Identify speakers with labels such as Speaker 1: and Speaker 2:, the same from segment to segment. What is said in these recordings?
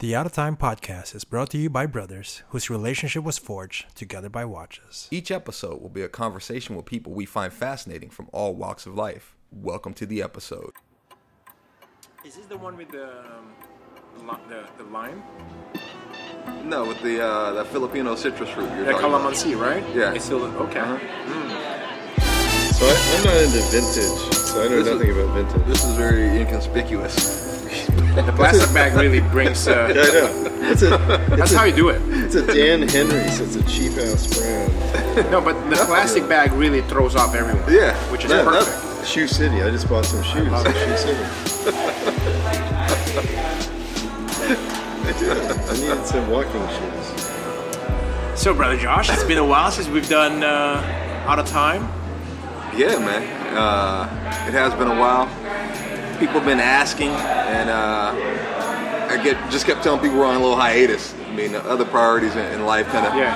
Speaker 1: The Out of Time podcast is brought to you by brothers whose relationship was forged together by watches.
Speaker 2: Each episode will be a conversation with people we find fascinating from all walks of life. Welcome to the episode.
Speaker 3: Is this the one with the um, the, the lime?
Speaker 2: No, with the uh, the Filipino citrus fruit. You're
Speaker 3: The
Speaker 2: talking about.
Speaker 3: calamansi, right?
Speaker 2: Yeah.
Speaker 3: It's still okay.
Speaker 4: So I, I'm not into vintage, so I know
Speaker 2: This is-
Speaker 4: nothing about vintage.
Speaker 2: This is very inconspicuous.
Speaker 3: The plastic bag really brings.
Speaker 4: Yeah,
Speaker 3: Uh,
Speaker 4: I know. It's a,
Speaker 3: that's how you do it.
Speaker 4: it's a Dan Henry, so it's a cheap ass brand.
Speaker 3: No, but the plastic bag really throws off everyone.
Speaker 2: Yeah.
Speaker 3: Which is
Speaker 2: Yeah, that-
Speaker 3: perfect.
Speaker 4: Shoe City. I just bought some shoes.
Speaker 3: love
Speaker 4: at Shoe City. I did. I needed some walking shoes.
Speaker 3: So, brother Josh, it's been a while since we've done uh, out of time.
Speaker 2: Yeah, man. Uh, it has been a while. People have been asking, and uh, I get just kept telling people we're on a little hiatus. I mean, the other priorities in, in life kind of
Speaker 3: Yeah.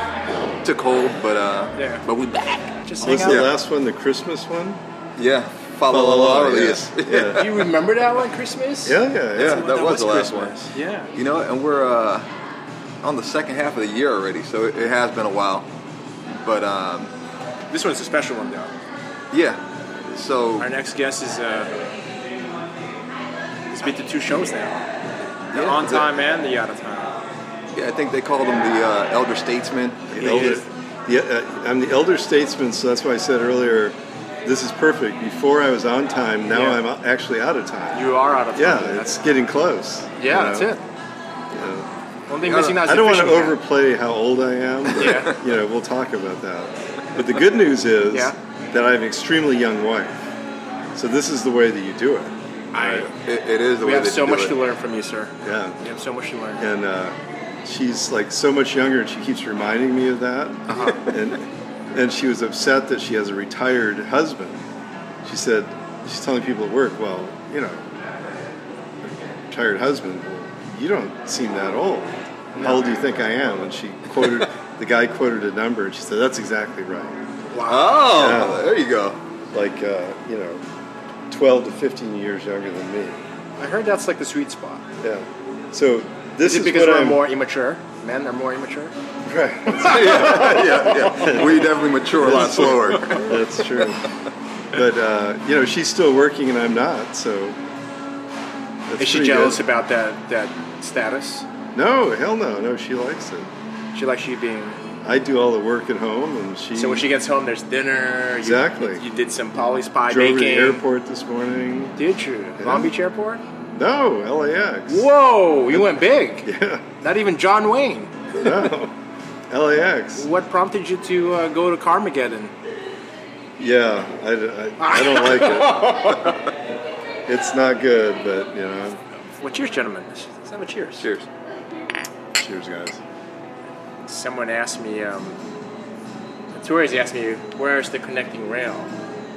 Speaker 2: took hold, but uh,
Speaker 3: Yeah.
Speaker 2: but we back.
Speaker 3: Just hang
Speaker 4: Was
Speaker 3: out.
Speaker 4: the
Speaker 2: Yeah.
Speaker 4: last one the Christmas one? Oh,
Speaker 2: Yeah. Follow along. yes.
Speaker 4: yeah. yeah.
Speaker 3: Do you remember that one, Christmas?
Speaker 4: Yeah, yeah,
Speaker 2: Yeah,
Speaker 4: it's-
Speaker 2: that was the last
Speaker 4: Christmas.
Speaker 2: one.
Speaker 3: Yeah.
Speaker 2: You know, and we're uh, on the second half of the year already, so it, it has been a while. But um,
Speaker 3: This one's a special one, though.
Speaker 2: yeah,
Speaker 3: Our
Speaker 2: so
Speaker 3: next guest is. Uh, he's been to two shows now. The
Speaker 2: Yeah,
Speaker 3: on
Speaker 2: the-
Speaker 3: time and the out of time.
Speaker 2: yeah, I think they called him the uh, elder statesman.
Speaker 3: Yeah,
Speaker 4: elder-
Speaker 3: he is.
Speaker 4: Yeah, uh, I'm the elder statesman, so that's why I said earlier, this is perfect. Before I was on time, now
Speaker 3: Yeah.
Speaker 4: I'm a- actually out of time.
Speaker 3: You are out of time.
Speaker 4: Yeah,
Speaker 3: That's
Speaker 4: it's getting close. you
Speaker 3: yeah.
Speaker 4: know?
Speaker 3: That's it.
Speaker 4: Yeah.
Speaker 3: Only missing out is
Speaker 4: I
Speaker 3: the
Speaker 4: don't want to
Speaker 3: fishing hat.
Speaker 4: overplay how old I am. but,
Speaker 3: Yeah.
Speaker 4: You know, we'll talk about that. But the good news is
Speaker 3: Yeah.
Speaker 4: that I have an extremely young wife. So this is the way that you do it.
Speaker 3: I,
Speaker 2: It, it is the
Speaker 3: we
Speaker 2: way
Speaker 3: have
Speaker 2: they
Speaker 3: so
Speaker 2: do
Speaker 3: much
Speaker 2: it.
Speaker 3: to learn from you, sir. We
Speaker 4: Yeah.
Speaker 3: have so much to learn.
Speaker 4: And uh, she's like so much younger and she keeps reminding me of that.
Speaker 3: Uh-huh.
Speaker 4: And, and she was upset that she has a retired husband. She said, she's telling people at work, well, you know, retired husband, well, you don't seem that old. How old do you think I am? And she quoted, the guy quoted a number and she said, that's exactly right.
Speaker 2: Oh,
Speaker 4: Yeah.
Speaker 2: there you go.
Speaker 4: Like, uh, you know, 12 to 15 years younger than me.
Speaker 3: I heard that's like the sweet spot.
Speaker 4: Yeah. So this
Speaker 3: Is
Speaker 4: is,
Speaker 3: it because
Speaker 4: what
Speaker 3: we're
Speaker 4: I'm,
Speaker 3: more immature? Men are more immature.
Speaker 4: Right.
Speaker 2: yeah, yeah. We definitely mature a lot slower.
Speaker 4: That's true. But uh, you know, she's still working and I'm not, so. That's
Speaker 3: Is she
Speaker 4: pretty
Speaker 3: jealous
Speaker 4: good.
Speaker 3: about that that status?
Speaker 4: No, hell no, no. She likes it.
Speaker 3: She likes you being.
Speaker 4: I do all the work at home, and she.
Speaker 3: So when she gets home, there's dinner. you-
Speaker 4: Exactly.
Speaker 3: You, did some Polly's pie
Speaker 4: drove to the
Speaker 3: baking.
Speaker 4: airport this morning.
Speaker 3: Did you? Long Beach Airport.
Speaker 4: No, LAX.
Speaker 3: Whoa! You went big.
Speaker 4: Yeah,
Speaker 3: Not even John Wayne.
Speaker 4: no, LAX.
Speaker 3: What prompted you to uh, go to Carmageddon?
Speaker 4: Yeah, I, I, I don't like it. It's not good, but you know.
Speaker 3: Well, cheers, gentlemen. Let's have a cheers.
Speaker 2: Cheers.
Speaker 4: Cheers, guys.
Speaker 3: someone asked me, um, a tourist asked me, where's the connecting rail?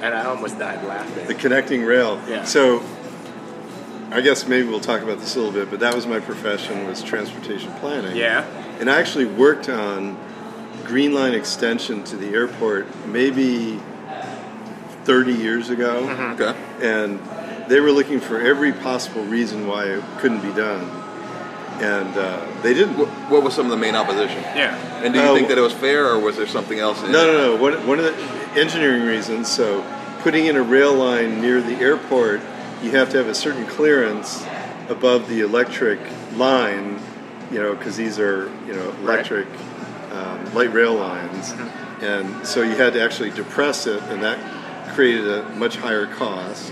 Speaker 3: And I almost died
Speaker 4: The
Speaker 3: laughing.
Speaker 4: connecting rail.
Speaker 3: Yeah.
Speaker 4: So, I guess maybe we'll talk about this a little bit, but that was my profession was transportation planning.
Speaker 3: Yeah.
Speaker 4: And I actually worked on Green Line extension to the airport maybe 30 years ago,
Speaker 3: Mm-hmm.
Speaker 2: Okay.
Speaker 4: and they were looking for every possible reason why it couldn't be done, and uh, they didn't.
Speaker 2: What, what was some of the main opposition?
Speaker 3: Yeah.
Speaker 2: And do you
Speaker 4: Uh,
Speaker 2: think that it was fair, or was there something else? In
Speaker 4: No,
Speaker 2: it?
Speaker 4: no, no. One, one of the engineering reasons, so putting in a rail line near the airport, you have to have a certain clearance above the electric line, you know, because these are, you know, electric um, light rail lines.
Speaker 3: Mm-hmm.
Speaker 4: And so you had to actually depress it, and that created a much higher cost.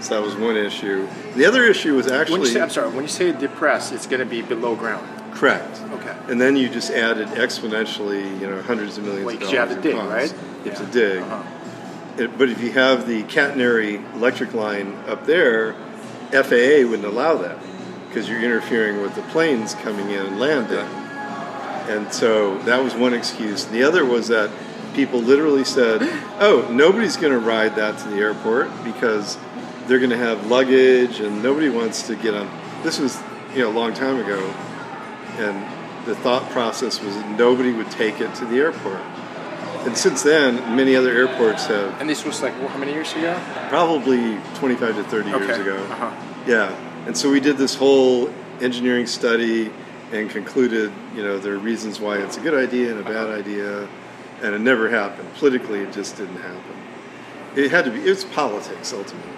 Speaker 4: So that was one issue. The other issue was
Speaker 3: When you
Speaker 4: actually
Speaker 3: say, I'm sorry, when you say depressed, it's going to be below ground.
Speaker 4: correct.
Speaker 3: Okay.
Speaker 4: And then you just added exponentially, you know, hundreds of millions
Speaker 3: Well,
Speaker 4: of
Speaker 3: 'cause
Speaker 4: dollars.
Speaker 3: you have to dig,
Speaker 4: in costs.
Speaker 3: right?
Speaker 4: You have
Speaker 3: Yeah.
Speaker 4: to dig.
Speaker 3: Uh-huh.
Speaker 4: It- but if you have the catenary electric line up there, FAA wouldn't allow that because you're interfering with the planes coming in and landing. And so that was one excuse. The other was that people literally said, "Oh, nobody's going to ride that to the airport because they're going to have luggage, and nobody wants to get on." This was you know a long time ago, and the thought process was that nobody would take it to the airport. And since then, many other airports have
Speaker 3: And this was like, what, how many years ago?
Speaker 4: probably 25 to 30 years
Speaker 3: Okay.
Speaker 4: ago.
Speaker 3: Uh-huh.
Speaker 4: Yeah. And so we did this whole engineering study and concluded, you know, there are reasons why it's a good idea and a bad idea, and it never happened. Politically, it just didn't happen. It had to be. It's politics ultimately.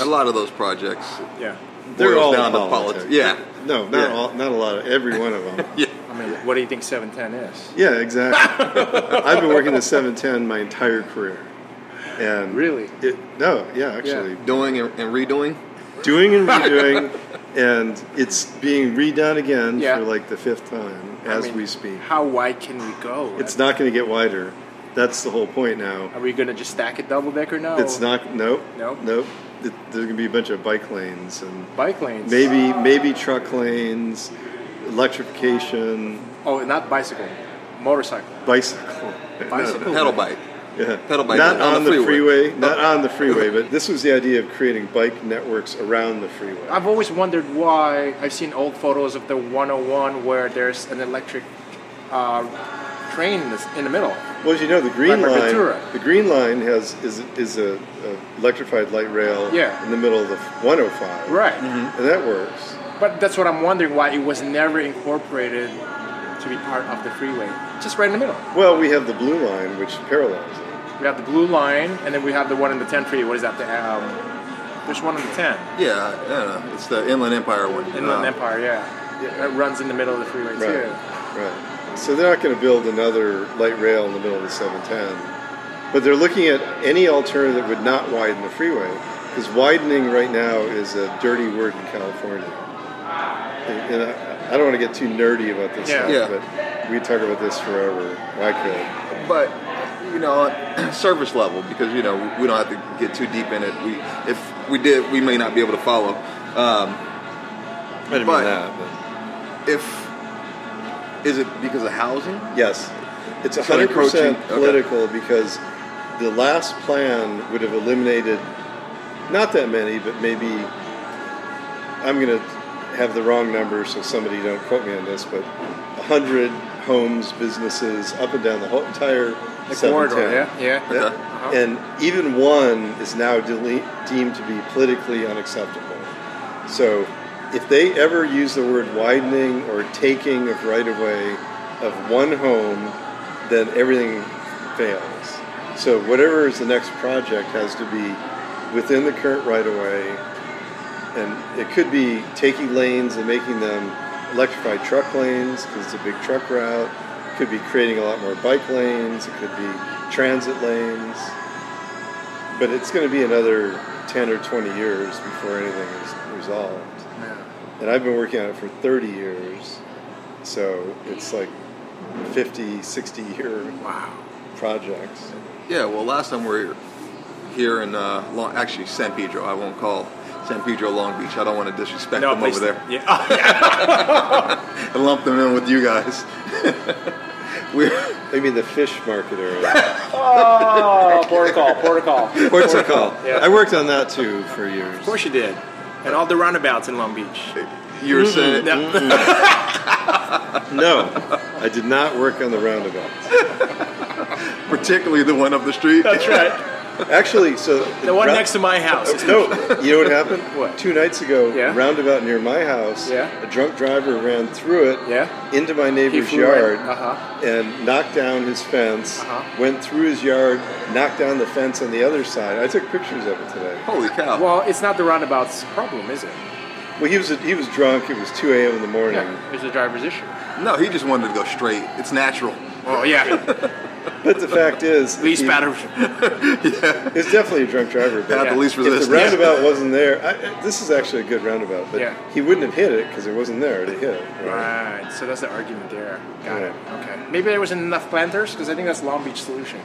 Speaker 2: A lot of those projects.
Speaker 3: Uh, Yeah.
Speaker 4: They're
Speaker 2: boils
Speaker 4: all
Speaker 2: down to
Speaker 4: politics.
Speaker 2: politics. Yeah.
Speaker 4: No, not
Speaker 2: Yeah.
Speaker 4: all. Not a lot of. Every one of them.
Speaker 2: Yeah.
Speaker 3: I mean, what do you think 710 is?
Speaker 4: yeah, exactly. I've been working at 710 my entire career, and
Speaker 3: Really?
Speaker 4: it, no, yeah, actually,
Speaker 2: Doing and, and redoing.
Speaker 4: doing and redoing, and it's being redone again
Speaker 3: Yeah.
Speaker 4: for like the fifth time
Speaker 3: I
Speaker 4: as
Speaker 3: mean,
Speaker 4: we speak.
Speaker 3: How wide can we go?
Speaker 4: It's not going to get wider. That's the whole point now.
Speaker 3: Are we gonna just stack a double decker now?
Speaker 4: It's not. Nope.
Speaker 3: No?
Speaker 4: Nope. It, there's going to be a bunch of bike lanes and
Speaker 3: bike lanes.
Speaker 4: maybe maybe truck lanes, electrification,
Speaker 3: Oh, not bicycle, motorcycle.
Speaker 4: bicycle.
Speaker 3: Bicycle.
Speaker 2: Pedal bike.
Speaker 4: Yeah.
Speaker 2: Pedal bike on
Speaker 4: Not
Speaker 2: the
Speaker 4: on, the, freeway.
Speaker 2: freeway. Oh.
Speaker 4: Not on the freeway. But this was the idea of creating bike networks around the freeway.
Speaker 3: I've always wondered why. I've seen old photos of the 101 where there's an electric uh, train that's in the middle.
Speaker 4: Well, as you know, the green
Speaker 3: Like
Speaker 4: line,
Speaker 3: Ventura.
Speaker 4: the green line has is is a, a electrified light rail
Speaker 3: Yeah.
Speaker 4: in the middle of the 105,
Speaker 3: Right.
Speaker 4: Mm-hmm. And that works.
Speaker 3: But that's what I'm wondering why it was never incorporated to be part of the freeway. Just right in the middle.
Speaker 4: Well, we have the blue line, which parallels it.
Speaker 3: We have the blue line, and then we have the one in the 10 freeway. What is that? The, um, there's one in the 10.
Speaker 2: Yeah, I don't know. It's the Inland Empire one.
Speaker 3: Inland
Speaker 2: Uh,
Speaker 3: Empire, yeah. That runs in the middle of the freeway,
Speaker 4: Right.
Speaker 3: too.
Speaker 4: Right. So they're not going to build another light rail in the middle of the 710, but they're looking at any alternative that would not widen the freeway, because widening right now is a dirty word in California. And, and I, I don't want to get too nerdy about this
Speaker 3: Yeah.
Speaker 4: stuff,
Speaker 2: Yeah.
Speaker 4: but we could talk about this forever. I could.
Speaker 2: But you know, service level because you know we don't have to get too deep in it. We if we did, we may not be able to follow. Um,
Speaker 4: I didn't
Speaker 2: But-
Speaker 4: mean that.
Speaker 2: if is it because of housing?
Speaker 4: But yes, it's
Speaker 2: So they're
Speaker 4: hundred percent
Speaker 2: approaching- okay.
Speaker 4: political because the last plan would have eliminated not that many, but maybe I'm going to have the wrong number, so somebody don't quote me on this, but hundred homes, businesses up and down the whole entire
Speaker 3: The
Speaker 4: 710.
Speaker 3: corridor, yeah? Yeah.
Speaker 4: Yeah.
Speaker 2: Okay.
Speaker 4: And even one is now dele- deemed to be politically unacceptable. So if they ever use the word widening or taking of right of way of one home, then everything fails. So whatever is the next project has to be within the current right of way. And it could be taking lanes and making them electrified truck lanes because it's a big truck route. Could be creating a lot more bike lanes. It could be transit lanes. But it's going to be another 10 or 20 years before anything is resolved. And I've been working on it for 30 years. So it's like 50, 60 year
Speaker 3: Wow.
Speaker 4: projects.
Speaker 2: Yeah. Well, last time we were here in uh, Long, actually San Pedro. I won't call San Pedro Long Beach. I don't want to disrespect them over
Speaker 3: please-
Speaker 2: there.
Speaker 3: Yeah. Oh, yeah.
Speaker 2: and lump them in with you guys. We're
Speaker 4: I mean, the fish market area.
Speaker 3: Oh, protocol, protocol. Of
Speaker 4: What's it called?
Speaker 3: Yeah.
Speaker 4: I worked on that too for years.
Speaker 3: course you did. And all the roundabouts in Long Beach.
Speaker 2: you were saying
Speaker 3: No.
Speaker 4: No, I did not work on the roundabouts.
Speaker 2: particularly the one up the street.
Speaker 3: That's right.
Speaker 4: Actually, so
Speaker 3: The one next to my house.
Speaker 4: No, you know what happened?
Speaker 3: What?
Speaker 4: Two nights ago,
Speaker 3: Yeah.
Speaker 4: roundabout near my house,
Speaker 3: Yeah.
Speaker 4: a drunk driver ran through it
Speaker 3: Yeah.
Speaker 4: into my neighbor's
Speaker 3: flew in.
Speaker 4: yard
Speaker 3: Uh-huh.
Speaker 4: and knocked down his fence.
Speaker 3: Uh-huh.
Speaker 4: Went through his yard, knocked down the fence on the other side. I took pictures of it today.
Speaker 2: Holy cow!
Speaker 3: Well, it's not the roundabout's problem, is it?
Speaker 4: Well, he was he was drunk. It was 2 a.m. in the morning.
Speaker 3: It's the driver's issue.
Speaker 2: no, he just wanted to go straight. It's natural.
Speaker 3: Oh, yeah.
Speaker 4: But the fact is,
Speaker 3: Least
Speaker 4: he-
Speaker 3: batter.
Speaker 4: It's definitely a drunk driver. But
Speaker 2: Had
Speaker 3: Yeah.
Speaker 2: the least
Speaker 4: If the
Speaker 2: resistance.
Speaker 4: roundabout wasn't there, I, I- this is actually a good roundabout, but
Speaker 3: Yeah.
Speaker 4: he wouldn't have hit it because it wasn't there to hit it. Right.
Speaker 3: Right. So that's the argument there. Got it.
Speaker 4: Yeah.
Speaker 3: Okay. Maybe there wasn't enough planters, because I think that's Long Beach solution.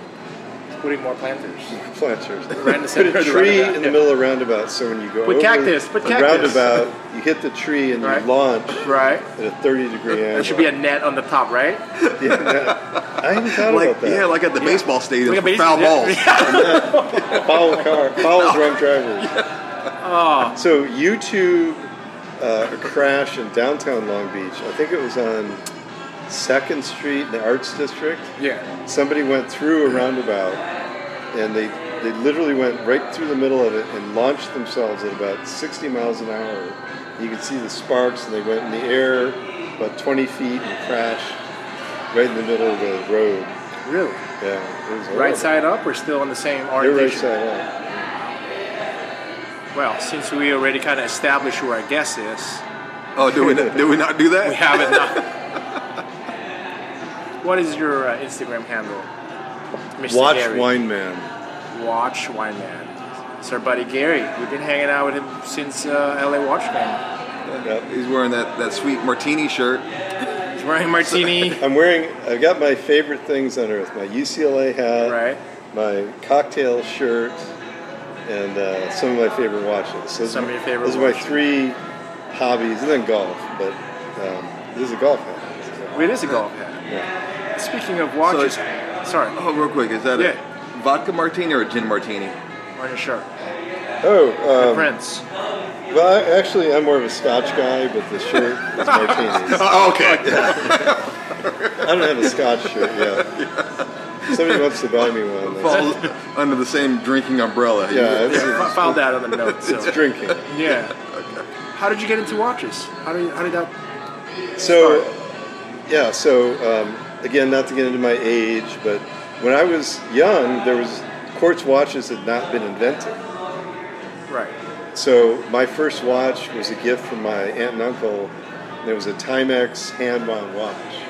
Speaker 3: It's putting more planters.
Speaker 4: Planters.
Speaker 3: Right in the
Speaker 4: Put
Speaker 3: center
Speaker 4: a
Speaker 3: of the
Speaker 4: tree
Speaker 3: roundabout,
Speaker 4: in
Speaker 3: yeah.
Speaker 4: the middle of roundabout, so when you go
Speaker 3: Put
Speaker 4: over
Speaker 3: cactus, put
Speaker 4: the
Speaker 3: cactus.
Speaker 4: roundabout, you hit the tree and
Speaker 3: Right.
Speaker 4: you launch
Speaker 3: Right.
Speaker 4: at a 30 degree angle.
Speaker 3: There should be a net on the top, right?
Speaker 4: I hadn't thought
Speaker 2: like
Speaker 4: about that.
Speaker 2: yeah, like at the baseball stadium,
Speaker 3: Like a
Speaker 2: for
Speaker 3: base-
Speaker 2: foul
Speaker 3: yeah.
Speaker 2: balls.
Speaker 4: foul car, foul drunk drivers.
Speaker 3: Oh.
Speaker 4: So YouTube uh, a crash in downtown Long Beach. I think it was on Second Street in the Arts District.
Speaker 3: Yeah.
Speaker 4: Somebody went through a roundabout, and they they literally went right through the middle of it and launched themselves at about 60 miles an hour. You could see the sparks, and they went in the air. about 20 feet and crashed right in the middle of the road.
Speaker 3: Really?
Speaker 4: Yeah, it was horrible.
Speaker 3: Right side up or still on the same
Speaker 4: They're Oh. right
Speaker 3: orientation?
Speaker 4: side up.
Speaker 3: Well, since we already kind of established where our guess is,
Speaker 2: Oh, did we not, did we not do that?
Speaker 3: we have it now. what is your uh, Instagram handle? Mr.
Speaker 4: Watch
Speaker 3: Gary?
Speaker 4: Wine Man.
Speaker 3: Watch Wine Man. It's our buddy Gary. We've been hanging out with him since uh, LA Watch Man.
Speaker 2: He's wearing that, that sweet martini shirt.
Speaker 3: He's wearing a martini,
Speaker 4: I'm wearing. I've got my favorite things on earth: my UCLA hat,
Speaker 3: right?
Speaker 4: my cocktail shirt, and uh, some of my favorite watches. Those
Speaker 3: Some of your favorite
Speaker 4: Those are my
Speaker 3: watches.
Speaker 4: three hobbies, and then golf. But um, this is a golf hat.
Speaker 3: It is a golf hat.
Speaker 4: Yeah.
Speaker 3: Speaking of watches, sorry,
Speaker 2: Oh, real quick, is that
Speaker 3: Yeah.
Speaker 2: a vodka martini or a gin martini?
Speaker 3: on your shirt.
Speaker 4: Oh, um,
Speaker 3: Prince.
Speaker 4: well, I, actually, I'm more of a Scotch guy, but the shirt is martinis.
Speaker 2: Oh, okay.
Speaker 4: I don't have a Scotch shirt yet. Somebody wants to buy me one. That's-
Speaker 2: Falls under the same drinking umbrella.
Speaker 4: Yeah, it's,
Speaker 3: I found that on the note. So
Speaker 4: it's drinking.
Speaker 3: yeah. How did you get into watches? How did how did that?
Speaker 4: So, yeah. So um, again, not to get into my age, but when I was young, there was quartz watches had not been invented.
Speaker 3: Right.
Speaker 4: So my first watch was a gift from my aunt and uncle. And it was a Timex hand-wound watch,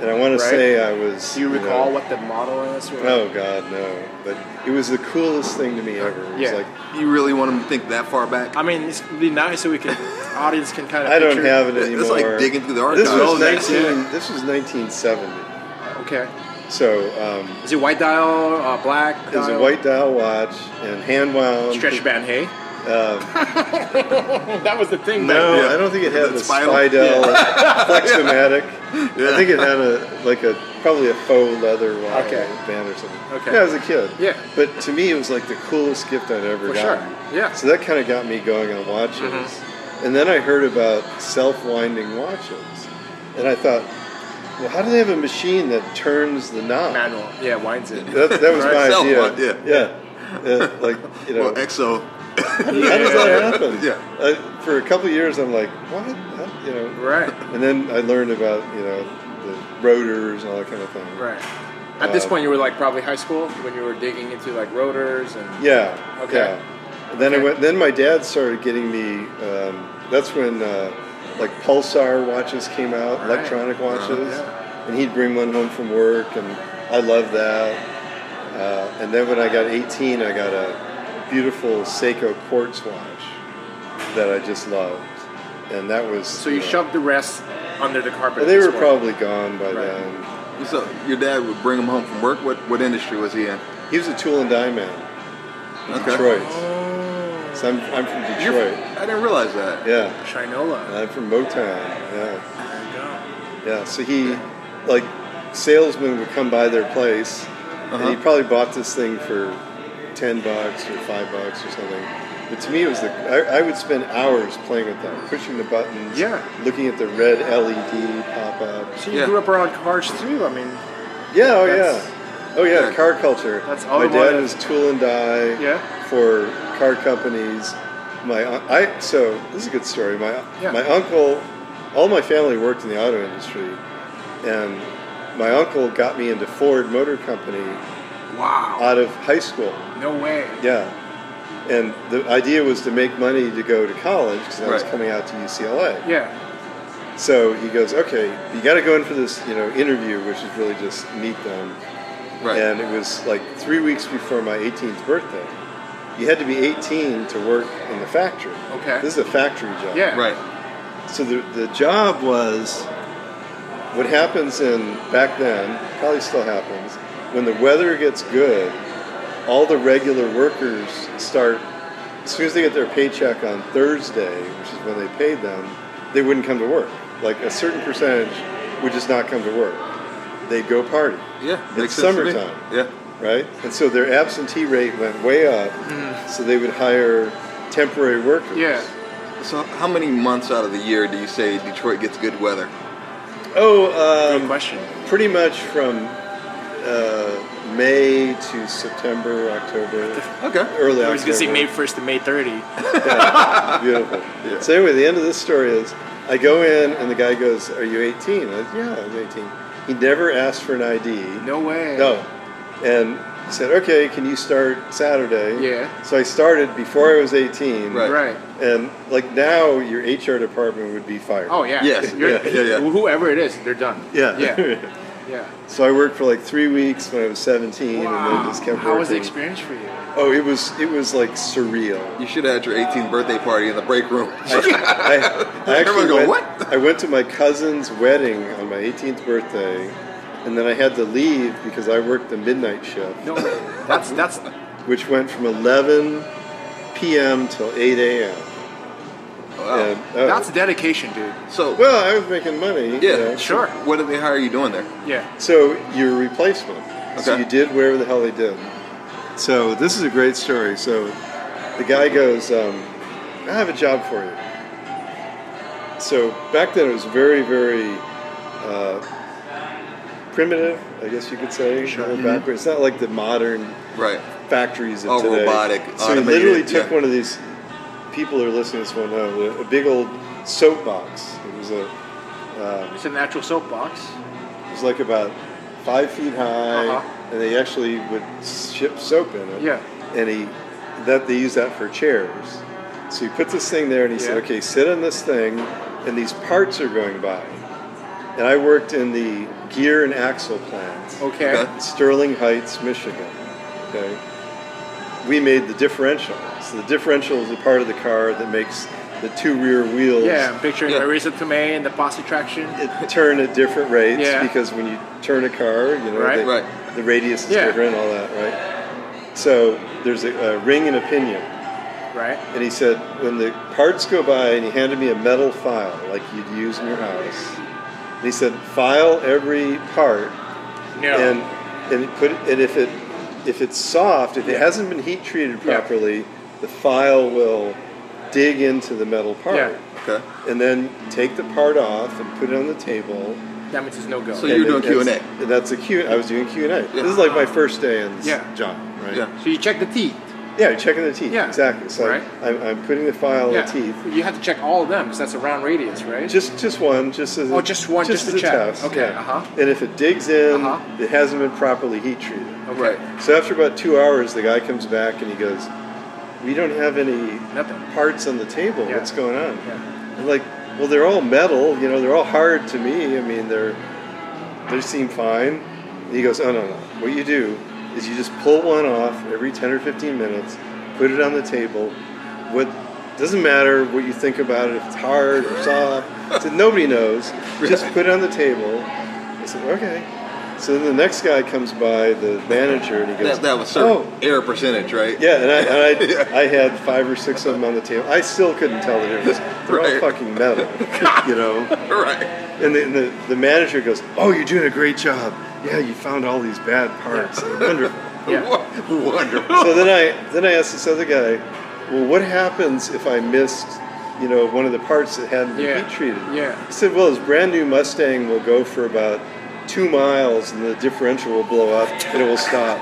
Speaker 4: and I want
Speaker 3: Right.
Speaker 4: to say I was.
Speaker 3: Do you
Speaker 4: know,
Speaker 3: recall what the model is? Or
Speaker 4: Oh God, no! But it was the coolest thing to me ever. It was
Speaker 3: Yeah.
Speaker 4: like
Speaker 2: You really want them to think that far back?
Speaker 3: I mean, it's it'd be nice so we can audience can kind of.
Speaker 4: I don't
Speaker 3: picture,
Speaker 4: have it anymore.
Speaker 2: It's like digging through the
Speaker 4: This
Speaker 2: archives.
Speaker 4: was,
Speaker 3: Oh, that's
Speaker 4: 19,
Speaker 3: it.
Speaker 4: this was 1970.
Speaker 3: Okay.
Speaker 4: So um,
Speaker 3: Is it white dial, uh, black?
Speaker 4: it was a white dial watch and hand wound.
Speaker 3: stretch band. Hey. that was the thing. back
Speaker 4: Uh, No,
Speaker 3: then.
Speaker 4: I don't think it had
Speaker 2: The
Speaker 4: the
Speaker 2: spinal-
Speaker 4: Spidel uh, Flexomatic.
Speaker 2: Yeah.
Speaker 4: I think it had a like a probably a faux leather wire
Speaker 3: Okay.
Speaker 4: band or something.
Speaker 3: Okay.
Speaker 4: Yeah, as a kid.
Speaker 3: Yeah.
Speaker 4: But to me, it was like the coolest gift I'd ever
Speaker 3: For sure. Mm-hmm.
Speaker 4: gotten.
Speaker 3: Yeah.
Speaker 4: So that kind of got me going on watches, and then I heard about self-winding watches, and I thought, well, how do they have a machine that turns the knob?
Speaker 3: Manual. Yeah, winds it.
Speaker 4: That, that was
Speaker 3: Right.
Speaker 4: my
Speaker 2: Self-
Speaker 4: idea.
Speaker 2: yeah.
Speaker 4: yeah. Uh, like you know,
Speaker 2: Well, EXO.
Speaker 4: how does that happen?
Speaker 2: Yeah.
Speaker 4: Uh, for a couple of years, I'm like, what? How- you know,
Speaker 3: Right.
Speaker 4: and then I learned about you know the rotors and all that kind of thing.
Speaker 3: Right. At this
Speaker 4: Uh,
Speaker 3: point, you were like probably high school when you were digging into like rotors and.
Speaker 4: Yeah.
Speaker 3: Okay.
Speaker 4: Yeah. And then I went. Then my dad started getting me. Um, that's when uh, like pulsar watches came out,
Speaker 3: Right. Uh-huh.
Speaker 4: electronic watches, and he'd bring one home from work, and I loved that. Uh, and then when I got 18, I got a beautiful Seiko quartz watch that I just loved, and that was.
Speaker 3: So you
Speaker 4: know,
Speaker 3: shoved the rest under the carpet. at
Speaker 4: They
Speaker 3: this
Speaker 4: were
Speaker 3: point.
Speaker 4: probably gone by
Speaker 3: Right.
Speaker 4: then.
Speaker 2: So your dad would bring him home from work. What what industry was he in?
Speaker 4: He was a tool and die man.
Speaker 2: Okay.
Speaker 4: Detroit. So I'm, I'm from
Speaker 2: You're-
Speaker 4: Detroit.
Speaker 2: I didn't realize that.
Speaker 4: Yeah. And
Speaker 3: Shinola.
Speaker 4: I'm from Motown. Yeah.
Speaker 3: There you go.
Speaker 4: Yeah. So he, like, salesmen would come by their place, and
Speaker 3: Uh-huh.
Speaker 4: he probably bought this thing for 10 bucks or 5 bucks or something. But to me, it was the, I, I would spend hours playing with them, pushing the buttons,
Speaker 3: Yeah.
Speaker 4: looking at the red E LED pop up.
Speaker 3: So you
Speaker 2: Yeah.
Speaker 3: grew up around cars too. I mean,
Speaker 4: Yeah, oh
Speaker 3: That's-
Speaker 4: yeah. Oh yeah,
Speaker 2: Yeah.
Speaker 4: car culture.
Speaker 3: That's
Speaker 4: My dad
Speaker 3: automotive.
Speaker 4: was tool and die
Speaker 3: Yeah.
Speaker 4: for car companies. My un- I so this is a good story. My
Speaker 3: Yeah.
Speaker 4: my uncle, all my family worked in the auto industry, and my uncle got me into Ford Motor Company
Speaker 3: wow.
Speaker 4: out of high school.
Speaker 3: No way.
Speaker 4: Uh, Yeah, and the idea was to make money to go to college because I was
Speaker 2: Right.
Speaker 4: coming out to UCLA.
Speaker 3: Yeah.
Speaker 4: So he goes, okay, you got to go in for this, you know, interview, which is really just meet them.
Speaker 2: Right.
Speaker 4: And it was like three weeks before my 18th birthday. You had to be 18 to work in the factory.
Speaker 3: Okay.
Speaker 4: This is a factory job.
Speaker 3: Yeah.
Speaker 2: Right.
Speaker 4: So the, the job was what happens in back then, probably still happens, when the weather gets good, all the regular workers start, as soon as they get their paycheck on Thursday, which is when they paid them, they wouldn't come to work. Like a certain percentage would just not come to work. They'd go party,
Speaker 2: Yeah.
Speaker 4: It's
Speaker 2: Makes sense to me.
Speaker 4: summertime.
Speaker 2: Yeah.
Speaker 4: right? And so their absentee rate went way up, so they would hire temporary workers.
Speaker 3: Mm. Yeah.
Speaker 2: So how many months out of the year do you say Detroit gets good weather?
Speaker 4: Oh, um,
Speaker 3: Good question.
Speaker 4: pretty much from uh, May to September, October,
Speaker 2: Okay.
Speaker 4: early
Speaker 3: I
Speaker 4: October.
Speaker 3: was gonna say May first to May thirty.
Speaker 4: Beautiful. So anyway, the end of this story is I go in and the guy goes, "Are you 18?" I said, "Yeah, I'm 18." He never asked for an ID.
Speaker 3: No way.
Speaker 4: No. And he said, "Okay, can you start Saturday?"
Speaker 3: Yeah.
Speaker 4: So I started before I was 18.
Speaker 2: Right.
Speaker 3: Right.
Speaker 4: And like now, your HR department would be fired.
Speaker 3: Oh yeah.
Speaker 2: Yes.
Speaker 3: You're-
Speaker 4: Yeah,
Speaker 2: yeah, yeah.
Speaker 3: Whoever it is, they're done.
Speaker 4: Yeah.
Speaker 3: Yeah. Yeah.
Speaker 4: so I worked for like three weeks when I was 17, and then
Speaker 3: Wow.
Speaker 4: just kept
Speaker 3: How
Speaker 4: working.
Speaker 3: was the experience for you?
Speaker 4: Oh, it was it was like surreal.
Speaker 2: You should have had your 18th birthday party in the break room.
Speaker 4: I, I actually
Speaker 2: Everyone go,
Speaker 4: went,
Speaker 2: "What?"
Speaker 4: I went to my cousin's wedding on my 18th birthday, and then I had to leave because I worked the midnight shift,
Speaker 3: No. That's that's.
Speaker 4: which went from 11 p.m. till 8 a.m.
Speaker 2: Wow.
Speaker 4: And, oh,
Speaker 3: That's dedication, dude.
Speaker 2: So,
Speaker 4: well, I was making money. you
Speaker 2: yeah,
Speaker 4: know.
Speaker 3: Sure.
Speaker 2: What did they hire you doing there?
Speaker 3: Yeah.
Speaker 4: So you're a replacement. So
Speaker 2: Okay.
Speaker 4: you did wherever the hell they did. So this is a great story. So the guy goes, um, I have a job for you. So back then it was very, very uh, primitive, I guess you could say.
Speaker 3: Sure.
Speaker 4: a
Speaker 2: Mm-hmm.
Speaker 4: little backwards. It's not like the modern
Speaker 2: Right.
Speaker 4: factories of
Speaker 2: All
Speaker 4: today.
Speaker 2: Oh, robotic,
Speaker 4: So he
Speaker 2: automated,
Speaker 4: literally took
Speaker 2: yeah.
Speaker 4: one of these. People who are listening to this will know a a big old soapbox. It was a
Speaker 3: It's an actual soapbox.
Speaker 4: It was like about five feet high,
Speaker 3: Uh-huh.
Speaker 4: and they actually would ship soap in it.
Speaker 3: Yeah.
Speaker 4: And he that they use that for chairs. So he put this thing there, and he said,
Speaker 3: Yeah.
Speaker 4: "Okay, sit on this thing," and these parts are going by. And I worked in the gear and axle plant,
Speaker 3: Okay.
Speaker 2: Okay.
Speaker 4: Sterling Heights, Michigan. Okay. We made the differential. So the differential is the part of the car that makes the two rear wheels
Speaker 3: Yeah. I'm picturing
Speaker 2: Yeah.
Speaker 3: Marisa Tomei and the posse traction.
Speaker 4: it turn at different rates
Speaker 3: Yeah.
Speaker 4: because when you turn a car, you know,
Speaker 3: Right.
Speaker 4: the,
Speaker 2: Right.
Speaker 4: the radius is
Speaker 3: Yeah.
Speaker 4: different, all that, right? So there's a, a ring and a pinion.
Speaker 3: Right.
Speaker 4: And he said, when the parts go by, and he handed me a metal file like you'd use in your house. And he said, file every part
Speaker 3: No.
Speaker 4: and and put it, and if it if it's soft, if it
Speaker 3: Yeah.
Speaker 4: hasn't been heat treated
Speaker 3: Yeah.
Speaker 4: properly, the file will dig into the metal part.
Speaker 3: Yeah.
Speaker 2: Okay.
Speaker 4: And then take the part off and put it on the table.
Speaker 3: that means it's no go.
Speaker 2: So you- were doing
Speaker 4: And that's-
Speaker 2: Q&A.
Speaker 4: and That's a Q. I was doing Q and A. This is like my first day in this
Speaker 3: Yeah.
Speaker 4: job, right?
Speaker 2: Yeah.
Speaker 3: So you check the teeth.
Speaker 4: Yeah, you're checking the teeth.
Speaker 3: Yeah.
Speaker 4: Exactly. So
Speaker 3: Right.
Speaker 4: I'm, I'm putting the file
Speaker 3: yeah.
Speaker 4: on the Oh, teeth.
Speaker 3: You have to check all of them because that's a round radius, right?
Speaker 4: Just just one, just as a-
Speaker 3: Oh, just one, just
Speaker 4: as
Speaker 3: to
Speaker 4: a
Speaker 3: check.
Speaker 4: test.
Speaker 3: Okay,
Speaker 4: yeah.
Speaker 3: uh-huh.
Speaker 4: And if it digs in,
Speaker 3: Uh-huh.
Speaker 4: it hasn't been properly heat treated.
Speaker 3: okay.
Speaker 2: Right.
Speaker 4: So after about two hours, the guy comes back and he goes, "We don't have any
Speaker 3: Nothing.
Speaker 4: parts on the table.
Speaker 3: Yeah.
Speaker 4: What's going on?"
Speaker 3: Yeah.
Speaker 4: I'm like, "Well, they're all metal. You know, they're all hard to me. I mean, they're they seem fine." And he goes, "Oh no, no. What you do is you just pull one off every 10 or 15 minutes, put it on the table. What doesn't matter what you think about it if it's hard or soft. I said, Nobody knows. Just put it on the table." I said, "Okay." So then the next guy comes by, the manager, and he goes,
Speaker 2: That, that was certain
Speaker 4: "Oh,
Speaker 2: error percentage, right?
Speaker 4: yeah, and I, and I, I had five or six of them on the table. I still couldn't tell the difference. They're
Speaker 2: Right.
Speaker 4: all fucking metal, you know.
Speaker 2: Right.
Speaker 4: And the, and the the manager goes, "Oh, you're doing a great job. Yeah, you found all these bad parts. Wonderful."
Speaker 3: Yeah.
Speaker 2: Wonderful.
Speaker 4: So then I then I asked this other guy, "Well, what happens if I missed, you know, one of the parts that hadn't been
Speaker 3: Yeah.
Speaker 4: heat treated?"
Speaker 3: Yeah.
Speaker 4: He said, "Well, his brand new Mustang will go for about." Two miles and the differential will blow up and it will stop.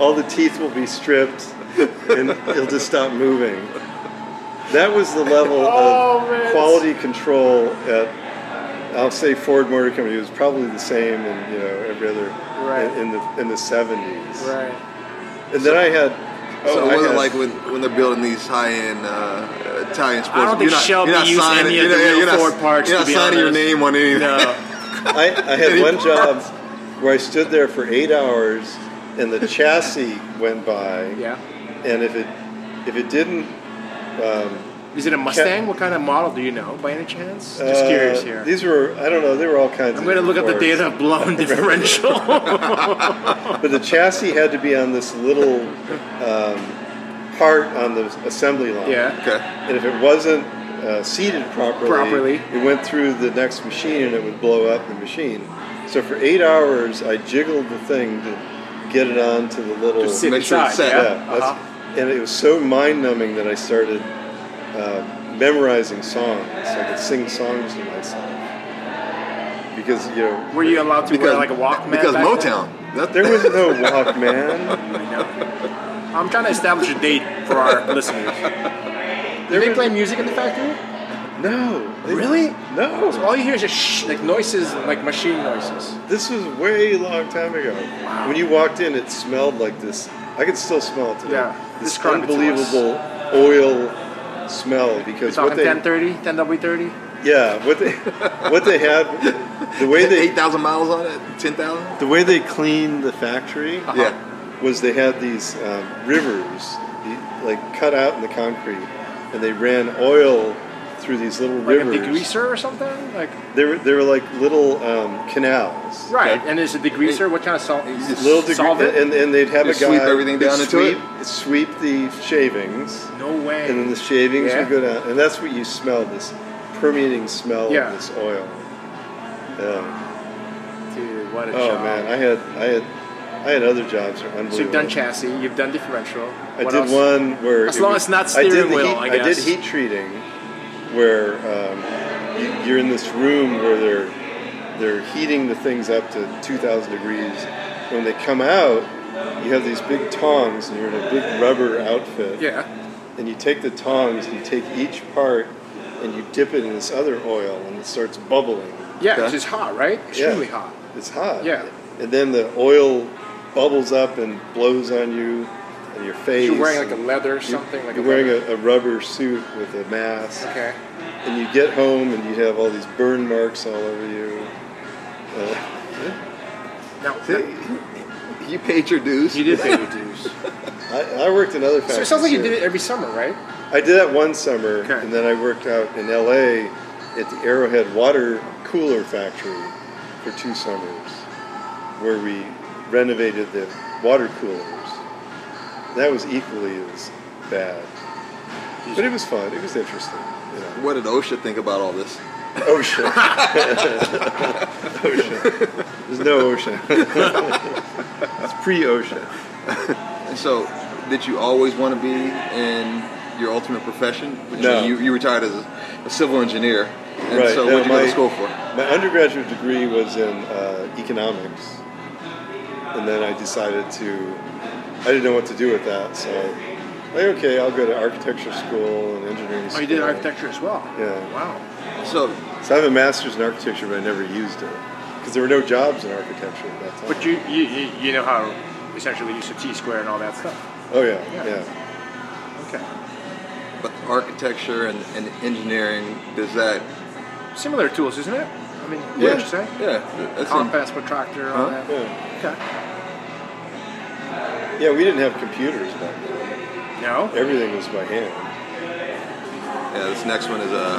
Speaker 4: All the teeth will be stripped and it'll just stop moving. That was the level
Speaker 3: Oh,
Speaker 4: of
Speaker 3: man.
Speaker 4: quality control at, I'll say Ford Motor Company. It was probably the same in you know every other
Speaker 3: Right.
Speaker 4: in, in the in the seventies.
Speaker 3: Right.
Speaker 4: And then I had. Oh,
Speaker 2: so
Speaker 4: I
Speaker 2: it wasn't
Speaker 4: had-
Speaker 2: like when, when they're building these high-end uh, Italian sports.
Speaker 3: I don't think Shelby used any of the real Ford parts,
Speaker 2: You're
Speaker 3: to
Speaker 2: not
Speaker 3: be
Speaker 2: signing your
Speaker 3: honest.
Speaker 2: name on anything.
Speaker 3: No.
Speaker 4: I, I had one job where I stood there for eight hours, and the chassis went by.
Speaker 3: yeah.
Speaker 4: And if it if it didn't,
Speaker 3: Is it a Mustang? What kind of model do you know, by any chance? Just
Speaker 4: uh,
Speaker 3: curious here.
Speaker 4: These were I don't know. They were all kinds.
Speaker 3: I'm
Speaker 4: of
Speaker 3: going to look up the
Speaker 4: Fords.
Speaker 3: data of blown differential.
Speaker 4: But the chassis had to be on this little um, part on the assembly line.
Speaker 3: yeah.
Speaker 2: Okay.
Speaker 4: And if it wasn't uh, seated properly,
Speaker 3: Properly.
Speaker 4: it went through the next machine and it would blow up the machine. So for eight hours, I jiggled the thing to get it onto the little.
Speaker 3: To sit
Speaker 2: Make sure
Speaker 3: inside.
Speaker 2: it's set.
Speaker 4: Yeah,
Speaker 3: yeah.
Speaker 4: that's-
Speaker 3: Uh-huh.
Speaker 4: and it was so mind-numbing that I started uh, memorizing songs. I could sing songs to myself because you know
Speaker 3: Were you allowed to wear like a Walkman?
Speaker 2: Because
Speaker 3: back then?
Speaker 2: Motown. That,
Speaker 4: there was no Walkman.
Speaker 3: I'm trying to establish a date for our listeners. Do
Speaker 4: There
Speaker 3: they
Speaker 4: was-
Speaker 3: play music in the factory?
Speaker 4: No. They-
Speaker 3: Really?
Speaker 4: No.
Speaker 3: So all you hear is just shh, like noises, like machine noises.
Speaker 4: This was way long time ago. When you walked in, it smelled like this. I could still smell it today.
Speaker 3: Yeah,
Speaker 4: This
Speaker 3: describe it to us.
Speaker 4: unbelievable oil smell because
Speaker 3: Talking
Speaker 4: what they
Speaker 3: 1030, 10W30.
Speaker 4: yeah what they what they had the way
Speaker 2: Eight
Speaker 4: they
Speaker 2: thousand miles on it, ten thousand.
Speaker 4: the way they cleaned the factory
Speaker 3: Uh-huh.
Speaker 2: Yeah,
Speaker 4: was they had these um, rivers the, like cut out in the concrete and they ran oil through these little
Speaker 3: Like a
Speaker 4: rivers.
Speaker 3: degreaser or something? Like
Speaker 4: They were they were like little um, canals.
Speaker 3: Right. And is a degreaser? What kind of salt?
Speaker 2: You just-
Speaker 4: Little degree,
Speaker 3: solvent?
Speaker 4: and, and they'd have
Speaker 2: You
Speaker 4: a guy
Speaker 2: sweep everything
Speaker 4: they'd
Speaker 2: down into
Speaker 4: sweep, Sweep the shavings,
Speaker 3: no way.
Speaker 4: and then the shavings
Speaker 3: Yeah.
Speaker 4: would go down, and that's what you smell this permeating smell
Speaker 3: Yeah.
Speaker 4: of this oil. Yeah.
Speaker 3: Dude, what a
Speaker 4: Oh
Speaker 3: job.
Speaker 4: man, I had I had I had other jobs that were unbelievable.
Speaker 3: so you've done chassis, you've done differential.
Speaker 4: I did one where
Speaker 3: As
Speaker 4: it
Speaker 3: long
Speaker 4: was-
Speaker 3: as not
Speaker 4: I did
Speaker 3: steering
Speaker 4: the
Speaker 3: wheel,
Speaker 4: heat-
Speaker 3: I
Speaker 4: did
Speaker 3: guess.
Speaker 4: heat treating, where um, you, you're in this room where they're they're heating the things up to 2,000 degrees. When they come out, you have these big tongs, and you're in a big rubber outfit.
Speaker 3: Yeah.
Speaker 4: And you take the tongs, and you take each part, and you dip it in this other oil, and it starts bubbling.
Speaker 3: Yeah,
Speaker 2: Okay.
Speaker 3: which is hot, right? Extremely hot.
Speaker 4: It's hot.
Speaker 3: Yeah.
Speaker 4: And then the oil bubbles up and blows on you and your face.
Speaker 3: You're wearing like a
Speaker 4: and
Speaker 3: leather or something. like
Speaker 4: you're
Speaker 3: a
Speaker 4: wearing
Speaker 3: leather.
Speaker 4: a, a rubber suit with a mask.
Speaker 3: Okay.
Speaker 4: And you get home and you have all these burn marks all over you. Uh,
Speaker 3: Now,
Speaker 2: you paid your dues.
Speaker 3: you did pay your dues.
Speaker 4: I, I worked in other factories.
Speaker 3: So it sounds like you
Speaker 4: too.
Speaker 3: did it every summer, right?
Speaker 4: I did that one summer,
Speaker 3: Okay.
Speaker 4: and then I worked out in LA at the Arrowhead Water Cooler Factory for two summers, where we renovated the water coolers. That was equally as bad, but it was fun. It was interesting. You know.
Speaker 2: What did OSHA think about all this?
Speaker 4: OSHA. OSHA. Oh, There's no OSHA. it's pre-OSHA.
Speaker 2: And so, did you always want to be in your ultimate profession? Which
Speaker 4: No.
Speaker 2: is You, you retired as a, a civil engineer. And
Speaker 4: Right,
Speaker 2: so,
Speaker 4: no,
Speaker 2: what did you go
Speaker 4: my-
Speaker 2: to school for?
Speaker 4: My undergraduate degree was in uh, economics, and then I decided to. I didn't know what to do with that, so like, okay, I'll go to architecture school and engineering.
Speaker 3: Oh,
Speaker 4: school.
Speaker 3: you did architecture as well.
Speaker 4: Yeah.
Speaker 3: Wow.
Speaker 2: So,
Speaker 4: So I have a master's in architecture, but I never used it because there were no jobs in architecture at that time.
Speaker 3: But you you, you, you know how to essentially use a T square and all that stuff.
Speaker 4: oh yeah,
Speaker 3: Yeah.
Speaker 4: yeah,
Speaker 3: Okay.
Speaker 2: but architecture and, and engineering, does that?
Speaker 3: Similar tools, isn't it? I mean, what
Speaker 2: Yeah.
Speaker 3: would you say?
Speaker 2: Yeah. That's in-
Speaker 3: Compass, protractor, all
Speaker 2: Huh?
Speaker 3: that.
Speaker 4: yeah,
Speaker 3: Okay.
Speaker 4: yeah, We didn't have computers back then.
Speaker 3: No.
Speaker 4: Everything was by hand.
Speaker 2: yeah, this next one is a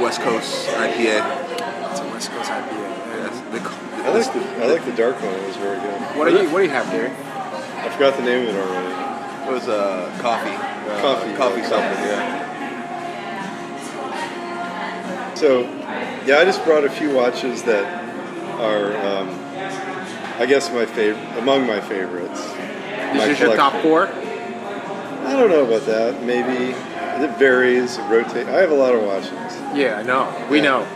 Speaker 2: West Coast IPA.
Speaker 3: It's a West Coast IPA.
Speaker 2: Yes, the,
Speaker 4: I like the I like the dark one. It was very good.
Speaker 3: What do you What do you have there?
Speaker 4: I forgot the name of it already.
Speaker 2: It was uh, coffee. Uh,
Speaker 4: Coffee,
Speaker 2: Coffee
Speaker 4: yeah.
Speaker 2: something, yeah.
Speaker 4: So, yeah, I just brought a few watches that are, um, I guess, my favorite, among my favorites.
Speaker 3: This
Speaker 4: My
Speaker 3: is your
Speaker 4: collection.
Speaker 3: top four.
Speaker 4: I don't know about that. Maybe it varies, it rotates. I have a lot of watches,
Speaker 3: Yeah, no, we
Speaker 4: Yeah.
Speaker 3: know.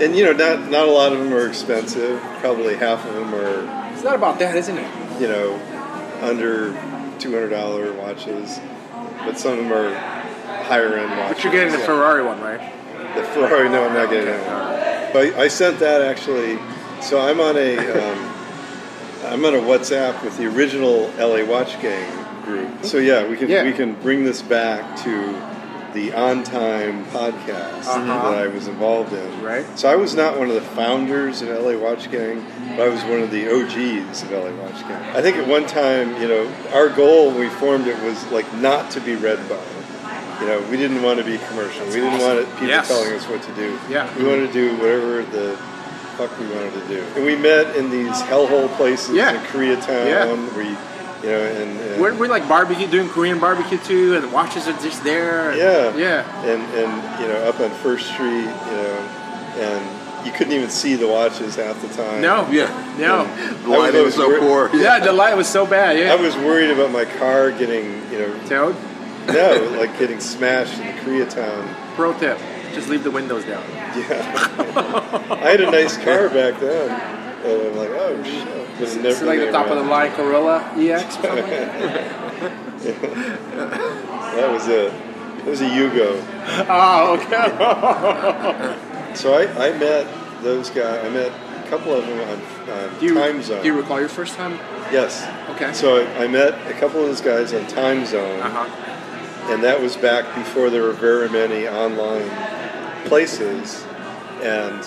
Speaker 4: and you know, not not a lot of them are expensive. Probably half of them are,
Speaker 3: It's not about that, isn't it?
Speaker 4: you know, under two hundred dollar watches, but some of them are higher end watches.
Speaker 3: But you're getting the
Speaker 4: yeah.
Speaker 3: Ferrari one, right?
Speaker 4: The Ferrari, no, I'm not getting
Speaker 3: Okay, all
Speaker 4: it. But I sent that actually. So I'm on a, um, I'm on a WhatsApp with the original LA Watch Gang group. So yeah, we can
Speaker 3: Yeah.
Speaker 4: we can bring this back to the on time podcast
Speaker 3: Uh-huh.
Speaker 4: that I was involved in.
Speaker 3: Right.
Speaker 4: So I was not one of the founders of LA Watch Gang, but I was one of the OGs of LA Watch Gang. I think at one time, you know, our goal when we formed it was like not to be read by. You know, we didn't want to be commercial. We didn't want it, people
Speaker 3: Yes.
Speaker 4: telling us what to do.
Speaker 3: Yeah.
Speaker 4: We wanted to do whatever the fuck we wanted to do. And we met in these hellhole places
Speaker 3: Yeah.
Speaker 4: in Koreatown.
Speaker 3: Yeah.
Speaker 4: We, you know, and, and
Speaker 3: We're, we're like barbecue, doing Korean barbecue too, and the watches are just there. and-
Speaker 4: yeah,
Speaker 3: yeah.
Speaker 4: and and you know, up on First Street, you know, and you couldn't even see the watches half the time.
Speaker 3: No,
Speaker 2: Yeah.
Speaker 3: no.
Speaker 2: The lighting was so
Speaker 4: We're-
Speaker 2: poor.
Speaker 3: Yeah, the light was so bad.
Speaker 4: I
Speaker 3: Yeah,
Speaker 4: was worried about my car getting, you know,
Speaker 3: Toad.
Speaker 4: no, like getting smashed in Koreatown.
Speaker 3: Pro tip: just leave the windows down.
Speaker 4: I had a nice car back then, and I'm like, oh shit, was never
Speaker 3: It's like the
Speaker 4: getting
Speaker 3: top of the
Speaker 4: around.
Speaker 3: line E Corolla EX. or something.
Speaker 4: That was it. It was a Yugo.
Speaker 3: Oh, okay.
Speaker 4: So I, I met those guys. I met a couple of them on, on
Speaker 3: do you,
Speaker 4: time zone.
Speaker 3: Do you recall your first time?
Speaker 4: yes.
Speaker 3: Okay.
Speaker 4: So I met a couple of those guys on time zone,
Speaker 3: Uh-huh.
Speaker 4: and that was back before there were very many online places, and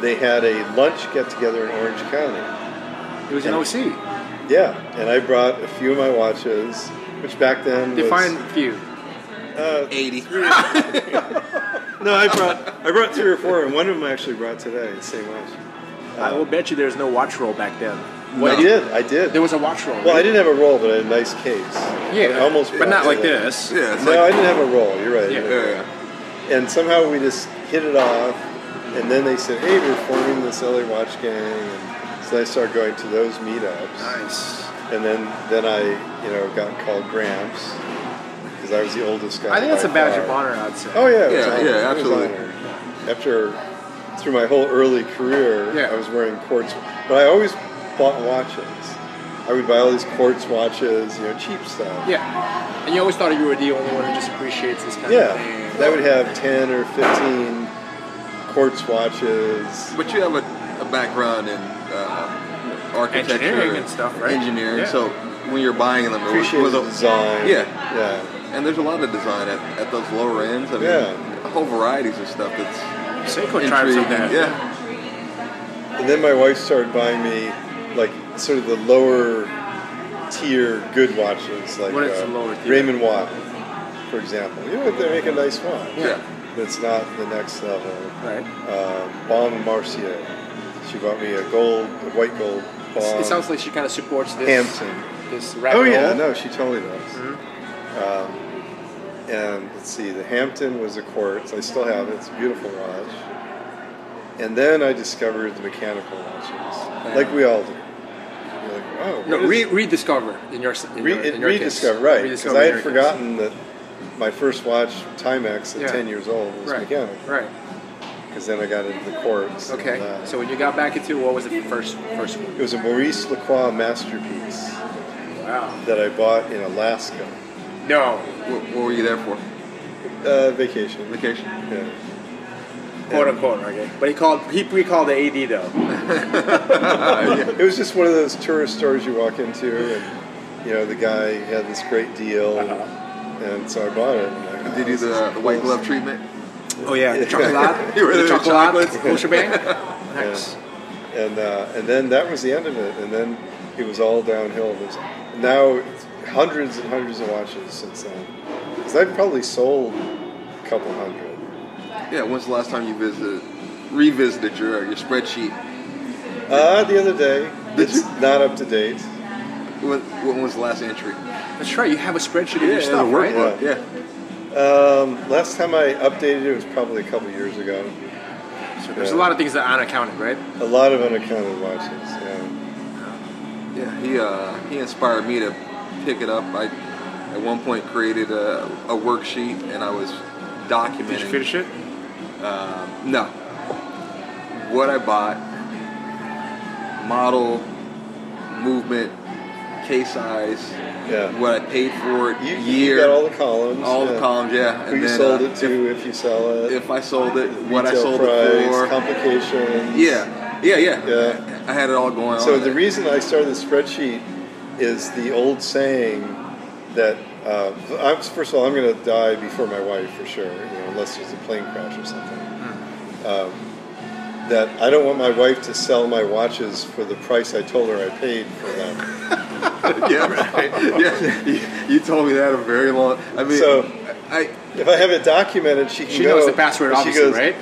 Speaker 4: they had a lunch get together in Orange County.
Speaker 3: It was an OC.
Speaker 4: Yeah, and I brought a few of my watches, which back then was-
Speaker 3: Define few.
Speaker 2: 80.
Speaker 4: No, I brought I brought three or four, and one of them I actually brought today. The same watch. uh,
Speaker 3: I will bet you there's no watch roll back then.
Speaker 4: I did. I did.
Speaker 3: There was a watch roll.
Speaker 4: Well, I
Speaker 3: right?
Speaker 4: didn't have a roll, but I had a nice case. I
Speaker 3: Yeah,
Speaker 4: almost.
Speaker 3: but
Speaker 4: brought
Speaker 3: not like
Speaker 4: today.
Speaker 3: this.
Speaker 2: Yeah, it's
Speaker 4: No,
Speaker 2: like,
Speaker 4: I didn't have a roll. You're right.
Speaker 3: Yeah.
Speaker 2: yeah.
Speaker 4: And somehow we just hit it off, and then they said, "Hey, we're forming this LA Watch Gang," and so I started going to those meetups.
Speaker 3: Nice.
Speaker 4: And then then I, you know, got called Gramps because I was the oldest guy.
Speaker 3: I think that's a
Speaker 4: by
Speaker 3: badge
Speaker 4: far.
Speaker 3: of honor, I'd say.
Speaker 4: Oh yeah, it was
Speaker 2: Yeah,
Speaker 4: honored.
Speaker 2: yeah,
Speaker 4: It was
Speaker 2: absolutely.
Speaker 4: honored. After through my whole early career,
Speaker 3: Yeah.
Speaker 4: I was wearing quartz, but I always bought watches. I would buy all these quartz watches, you know, cheap stuff.
Speaker 3: Yeah. And you always thought you were the only one who just appreciates this kind
Speaker 4: Yeah,
Speaker 3: of thing.
Speaker 4: that would have ten or fifteen quartz watches.
Speaker 2: But you have a, a background in uh, architecture,
Speaker 3: Engineering and stuff, right?
Speaker 2: Engineering.
Speaker 3: Yeah.
Speaker 2: So when you're buying them, it was,
Speaker 4: Appreciate
Speaker 2: was
Speaker 4: the
Speaker 2: a,
Speaker 4: design.
Speaker 2: Yeah.
Speaker 4: yeah.
Speaker 2: and there's a lot of design at, at those lower ends. I mean,
Speaker 4: Yeah.
Speaker 2: a whole varieties of stuff that's
Speaker 3: Seiko tried
Speaker 2: intriguing.
Speaker 3: something.
Speaker 2: Yeah,
Speaker 4: And then my wife started buying me like sort of the lower tier good watches, like uh,
Speaker 3: What is the lower tier?
Speaker 4: Raymond Watt, for example. You know, they make a nice watch.
Speaker 2: yeah.
Speaker 4: but it's not the next level.
Speaker 3: Right.
Speaker 4: Um, Bomb Marcia. She bought me a gold, a white gold bomb.
Speaker 3: It sounds like she kind of supports this.
Speaker 4: Hampton.
Speaker 3: This rap
Speaker 4: Oh yeah,
Speaker 3: roll.
Speaker 4: no, she totally does.
Speaker 3: Mm-hmm.
Speaker 4: Um, and let's see, the Hampton was a quartz. I still have it. It's a beautiful watch. And then I discovered the mechanical watches, like we all do. You're like, oh, what
Speaker 3: No,
Speaker 4: is-
Speaker 3: re- rediscover in your, in
Speaker 4: Re-
Speaker 3: your,
Speaker 4: it
Speaker 3: in your case.
Speaker 4: rediscovered, right? Because
Speaker 3: Rediscover
Speaker 4: I
Speaker 3: in
Speaker 4: had
Speaker 3: your case.
Speaker 4: forgotten that my first watch, Timex, at
Speaker 3: Yeah.
Speaker 4: 10 years old, was
Speaker 3: Right.
Speaker 4: mechanical.
Speaker 3: Right.
Speaker 4: Because then I got into the quartz. and
Speaker 3: Okay.
Speaker 4: that.
Speaker 3: So when you got back into it, what was the first first one?
Speaker 4: It was a Maurice Lacroix masterpiece
Speaker 3: Wow.
Speaker 4: that I bought in Alaska.
Speaker 3: No.
Speaker 2: What, what were you there for?
Speaker 4: Uh, vacation.
Speaker 2: Vacation.
Speaker 4: Yeah.
Speaker 3: Quote unquote, okay. But he called he pre-called the AD though.
Speaker 4: It was just one of those tourist stores you walk into, and you know the guy had this great deal, and so I bought it. and I'm like,
Speaker 2: Did you
Speaker 4: "Oh,
Speaker 2: do
Speaker 4: this
Speaker 2: the,
Speaker 4: is
Speaker 2: the white
Speaker 4: cool."
Speaker 2: glove treatment?
Speaker 3: Oh yeah, the chocolate.
Speaker 2: You were
Speaker 3: the
Speaker 2: the
Speaker 3: chocolate,
Speaker 2: chocolates.
Speaker 3: whole shebang. Nice.
Speaker 4: And uh, and then that was the end of it, and then it was all downhill. There's now it's hundreds and hundreds of watches since then, because I've probably sold a couple hundred.
Speaker 2: Yeah. When's the last time you visited, revisited your your spreadsheet?
Speaker 4: Uh, the other day,
Speaker 2: Did
Speaker 4: it's
Speaker 2: you-
Speaker 4: not up to date.
Speaker 2: When, when was the last entry?
Speaker 3: That's right. You have a spreadsheet of
Speaker 2: Yeah,
Speaker 3: your
Speaker 2: it
Speaker 3: stuff,
Speaker 2: was a work
Speaker 3: right?
Speaker 2: book,
Speaker 4: Yeah.
Speaker 2: yeah.
Speaker 4: Um, last time I updated it was probably a couple years ago.
Speaker 3: So there's a lot of things that aren't accounted, right?
Speaker 4: A lot of unaccounted watches. Yeah.
Speaker 2: Yeah, he uh, he inspired me to pick it up. I at one point created a, a worksheet and I was documenting.
Speaker 3: Did you finish it?
Speaker 2: No. What I bought, model, movement, case size,
Speaker 4: Yeah.
Speaker 2: what I paid for it,
Speaker 4: You,
Speaker 2: year,
Speaker 4: you got all the columns.
Speaker 2: all the
Speaker 4: yeah.
Speaker 2: columns, yeah.
Speaker 4: Who you
Speaker 2: then,
Speaker 4: sold
Speaker 2: uh,
Speaker 4: it to, if, you sell it,
Speaker 2: If, if I sold it, what I
Speaker 4: retail
Speaker 2: sold
Speaker 4: price,
Speaker 2: it for.
Speaker 4: complications.
Speaker 2: yeah, yeah, yeah,
Speaker 4: Yeah.
Speaker 2: I had it all going
Speaker 4: So
Speaker 2: on.
Speaker 4: the reason I started the spreadsheet is the old saying that uh, I'm, first of all, I'm going to die before my wife for sure, you know, unless there's a plane crash or something.
Speaker 2: Hmm.
Speaker 4: Um, that I don't want my wife to sell my watches for the price I told her I paid for them.
Speaker 2: yeah, right. yeah. You, you told me that a very long. I mean,
Speaker 4: So-
Speaker 2: I
Speaker 4: If I have it documented, she can
Speaker 3: She
Speaker 4: go-
Speaker 3: knows the password,
Speaker 4: she
Speaker 3: obviously,
Speaker 4: goes,
Speaker 3: right?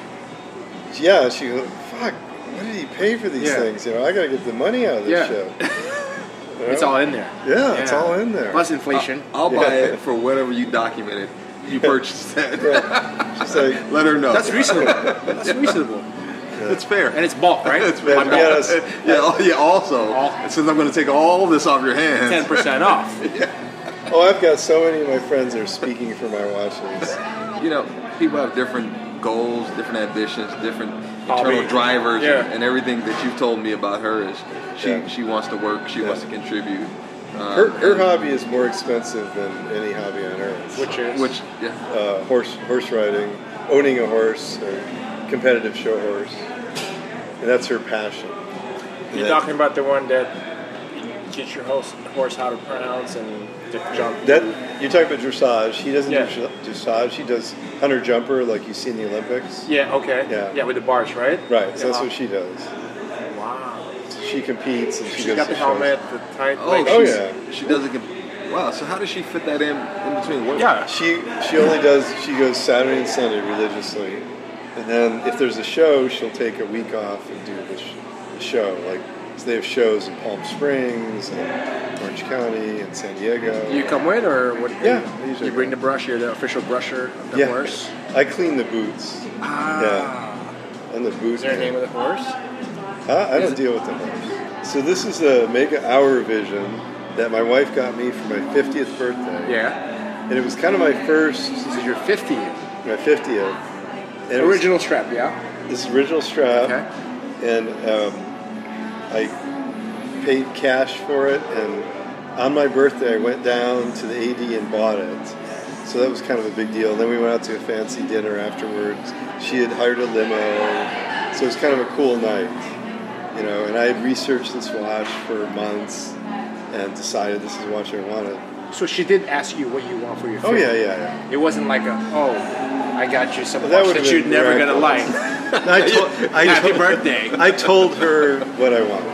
Speaker 4: Yeah, she goes, fuck, what did he pay for these
Speaker 3: Yeah.
Speaker 4: things? You know, I got to get the money out of this
Speaker 3: Yeah.
Speaker 4: shit. You
Speaker 3: It's
Speaker 4: know?
Speaker 3: all in there.
Speaker 4: Yeah, it's all in there.
Speaker 3: Plus inflation.
Speaker 2: I'll buy
Speaker 4: Yeah.
Speaker 2: it for whatever you documented. You purchased that.
Speaker 4: Yeah. She's like,
Speaker 2: Let her know.
Speaker 3: That's reasonable. That's reasonable.
Speaker 2: It's fair.
Speaker 3: And it's bulk, right?
Speaker 2: It's fair.
Speaker 4: But yes.
Speaker 2: Yeah. al- yeah. Also,
Speaker 3: All-
Speaker 2: since I'm going to take all this off your
Speaker 3: Ten
Speaker 2: hands,
Speaker 3: percent off.
Speaker 4: Oh, I've got so many of my friends that are speaking for my watches.
Speaker 2: you know, people have different goals, different ambitions, different
Speaker 3: Hobby.
Speaker 2: internal drivers,
Speaker 3: Yeah.
Speaker 2: and everything that you've told me about her is she
Speaker 4: Yeah.
Speaker 2: she wants to work, she wants to
Speaker 4: Yeah.
Speaker 2: contribute, um,
Speaker 4: Her, her hobby is more expensive than any hobby on earth.
Speaker 3: Which is
Speaker 2: Which, yeah,
Speaker 4: uh, horse horse riding, owning a horse, or competitive show horse, and that's her passion.
Speaker 3: you're
Speaker 4: that-
Speaker 3: talking about the one that you teach your horse horse how to pronounce and to jump.
Speaker 4: That you talk about dressage. He doesn't
Speaker 3: Yeah.
Speaker 4: do dr- dressage. He does hunter jumper, like you see in the Olympics.
Speaker 3: yeah. Okay.
Speaker 4: Yeah.
Speaker 3: Yeah, with the bars, right?
Speaker 4: Right. So
Speaker 3: yeah.
Speaker 4: that's what she does.
Speaker 3: Wow.
Speaker 4: She competes and she
Speaker 3: She's
Speaker 4: goes
Speaker 3: got
Speaker 4: to
Speaker 3: the
Speaker 4: shows.
Speaker 3: helmet, the tight.
Speaker 2: oh,
Speaker 3: like,
Speaker 4: oh,
Speaker 2: she's-
Speaker 4: yeah.
Speaker 2: she doesn't get. Wow, so how does she fit that in in between work?
Speaker 3: Yeah.
Speaker 4: She she only does she goes Saturday and Sunday religiously, and then if there's a show, she'll take a week off and do the, sh- the show. Like so they have shows in Palm Springs and Orange County and San Diego.
Speaker 3: You come with, or what?
Speaker 4: Yeah, usually.
Speaker 3: You bring the brush. You're the official brusher of the
Speaker 4: yeah,
Speaker 3: horse. Ah.
Speaker 4: I clean the boots. Yeah, and the
Speaker 3: Is
Speaker 4: boots.
Speaker 3: there a name of the horse?
Speaker 4: I, I don't deal with the horse. So this is a mega hour vision that my wife got me for my 50th birthday.
Speaker 3: Yeah.
Speaker 4: And it was kind of my first,
Speaker 3: This is your 50th.
Speaker 4: my 50th. And it was-
Speaker 3: Original strap, yeah?
Speaker 4: this original strap,
Speaker 3: Okay.
Speaker 4: and um, I paid cash for it. And on my birthday, I went down to the AD and bought it. So that was kind of a big deal. And then we went out to a fancy dinner afterwards. She had hired a limo, so it was kind of a cool night, you know. And I had researched this watch for months and decided this is the watch I wanted.
Speaker 3: So she did ask you what you want for your 50th.
Speaker 4: Oh yeah, yeah, yeah.
Speaker 3: It wasn't like a, oh, I got you something
Speaker 4: Well,
Speaker 3: that,
Speaker 4: that would've
Speaker 3: you're
Speaker 4: been
Speaker 3: never going to like.
Speaker 4: miraculous. I told, I
Speaker 3: Happy
Speaker 4: told-
Speaker 3: birthday.
Speaker 4: I told her what I wanted.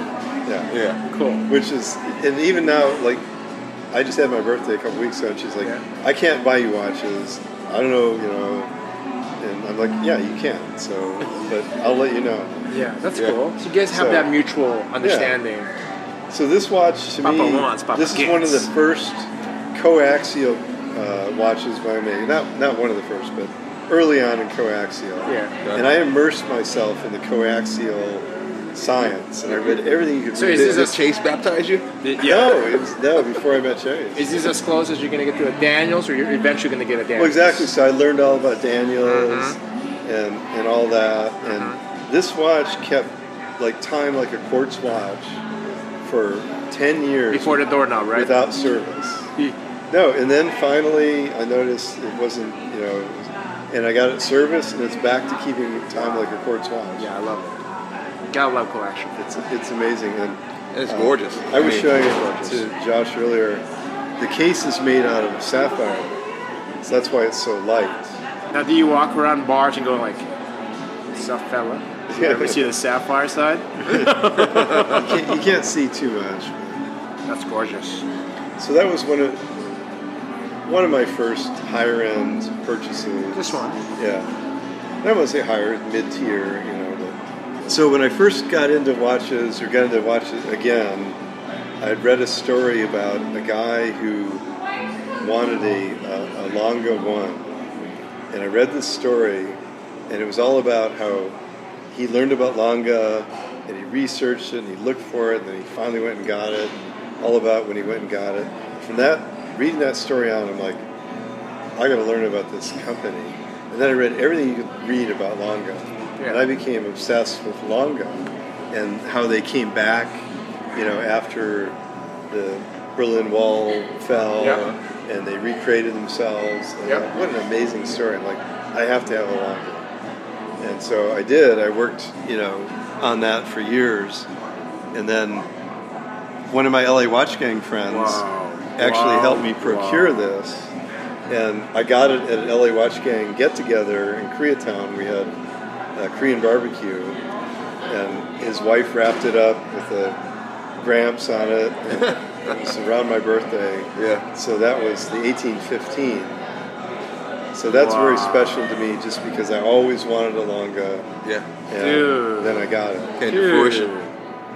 Speaker 4: Yeah.
Speaker 2: Yeah.
Speaker 3: cool.
Speaker 4: Which is, and even now, like, I just had my birthday a couple weeks ago, and she's like,
Speaker 3: Yeah.
Speaker 4: I can't buy you watches. I don't know, you know. And I'm like, yeah, you can. So, but I'll let you know.
Speaker 3: Yeah, that's
Speaker 2: Yeah.
Speaker 3: cool. So you guys have
Speaker 4: So-
Speaker 3: that mutual understanding.
Speaker 4: So this watch to
Speaker 3: Papa
Speaker 4: me,
Speaker 3: wants, Papa
Speaker 4: this is one of the
Speaker 3: gets.
Speaker 4: first coaxial uh, watches by me. Not not one of the first, but early on in coaxial.
Speaker 3: Yeah.
Speaker 4: And I immersed myself in the coaxial science, and I read everything you could.
Speaker 3: So
Speaker 4: read.
Speaker 3: is
Speaker 2: Did,
Speaker 3: this
Speaker 2: did
Speaker 3: a-
Speaker 2: Chase baptize you?
Speaker 4: No, it was, no. Before I met Chase.
Speaker 3: Is this as close as you're going to get to a Daniels, or you're eventually going to get a Daniels?
Speaker 4: Well, exactly. So I learned all about Daniels
Speaker 3: Mm-hmm.
Speaker 4: and and all that, and this watch kept like time like a quartz watch for ten years
Speaker 3: Before the doorknob, right?
Speaker 4: without service.
Speaker 3: He-
Speaker 4: No, and then finally I noticed it wasn't you know, it was, and I got it serviced, and it's back to keeping time like a quartz watch.
Speaker 3: yeah, I love it. Gotta love collection.
Speaker 4: It's it's amazing, and
Speaker 2: And it's gorgeous.
Speaker 4: I was
Speaker 2: mean,
Speaker 4: showing
Speaker 2: it's
Speaker 4: it
Speaker 2: gorgeous.
Speaker 4: to Josh earlier. The case is made out of sapphire, so that's why it's so light.
Speaker 3: Now, do you walk around bars and go like, "Sup, fella"? You ever see the sapphire side?
Speaker 4: can't, you can't see too much.
Speaker 3: That's gorgeous.
Speaker 4: So that was one of one of my first higher end purchases.
Speaker 3: This one.
Speaker 4: Yeah. And I wouldn't say higher, mid tier, you know. But. So when I first got into watches or got into watches again, I would read a story about a guy who wanted a, a, a Longa one, and I read this story, and it was all about how he learned about Longa, and he researched it, and he looked for it, and then he finally went and got it. and All about when he went and got it. From that, reading that story on, I'm like, I got to learn about this company. And then I read everything you could read about Longa.
Speaker 3: Yeah.
Speaker 4: And I became obsessed with Longa and how they came back, you know, after the Berlin Wall fell
Speaker 3: Yeah.
Speaker 4: and they recreated themselves. And
Speaker 3: Yeah.
Speaker 4: What an amazing story. I'm like, I have to have a Longa. And so I did. I worked, you know, on that for years. And then one of my LA Watch Gang friends
Speaker 3: Wow.
Speaker 4: actually
Speaker 3: Wow.
Speaker 4: helped me procure
Speaker 3: Wow.
Speaker 4: this. And I got it at an LA Watch Gang get together in Koreatown. We had a Korean barbecue, and his wife wrapped it up with a Gramps on it. And it was around my birthday.
Speaker 2: Yeah.
Speaker 4: So that was the 1815. So that's very
Speaker 3: Wow.
Speaker 4: special to me just because I always wanted a Longa.
Speaker 2: Yeah.
Speaker 4: And
Speaker 3: Dude.
Speaker 4: then I got it.
Speaker 2: Came to fruition.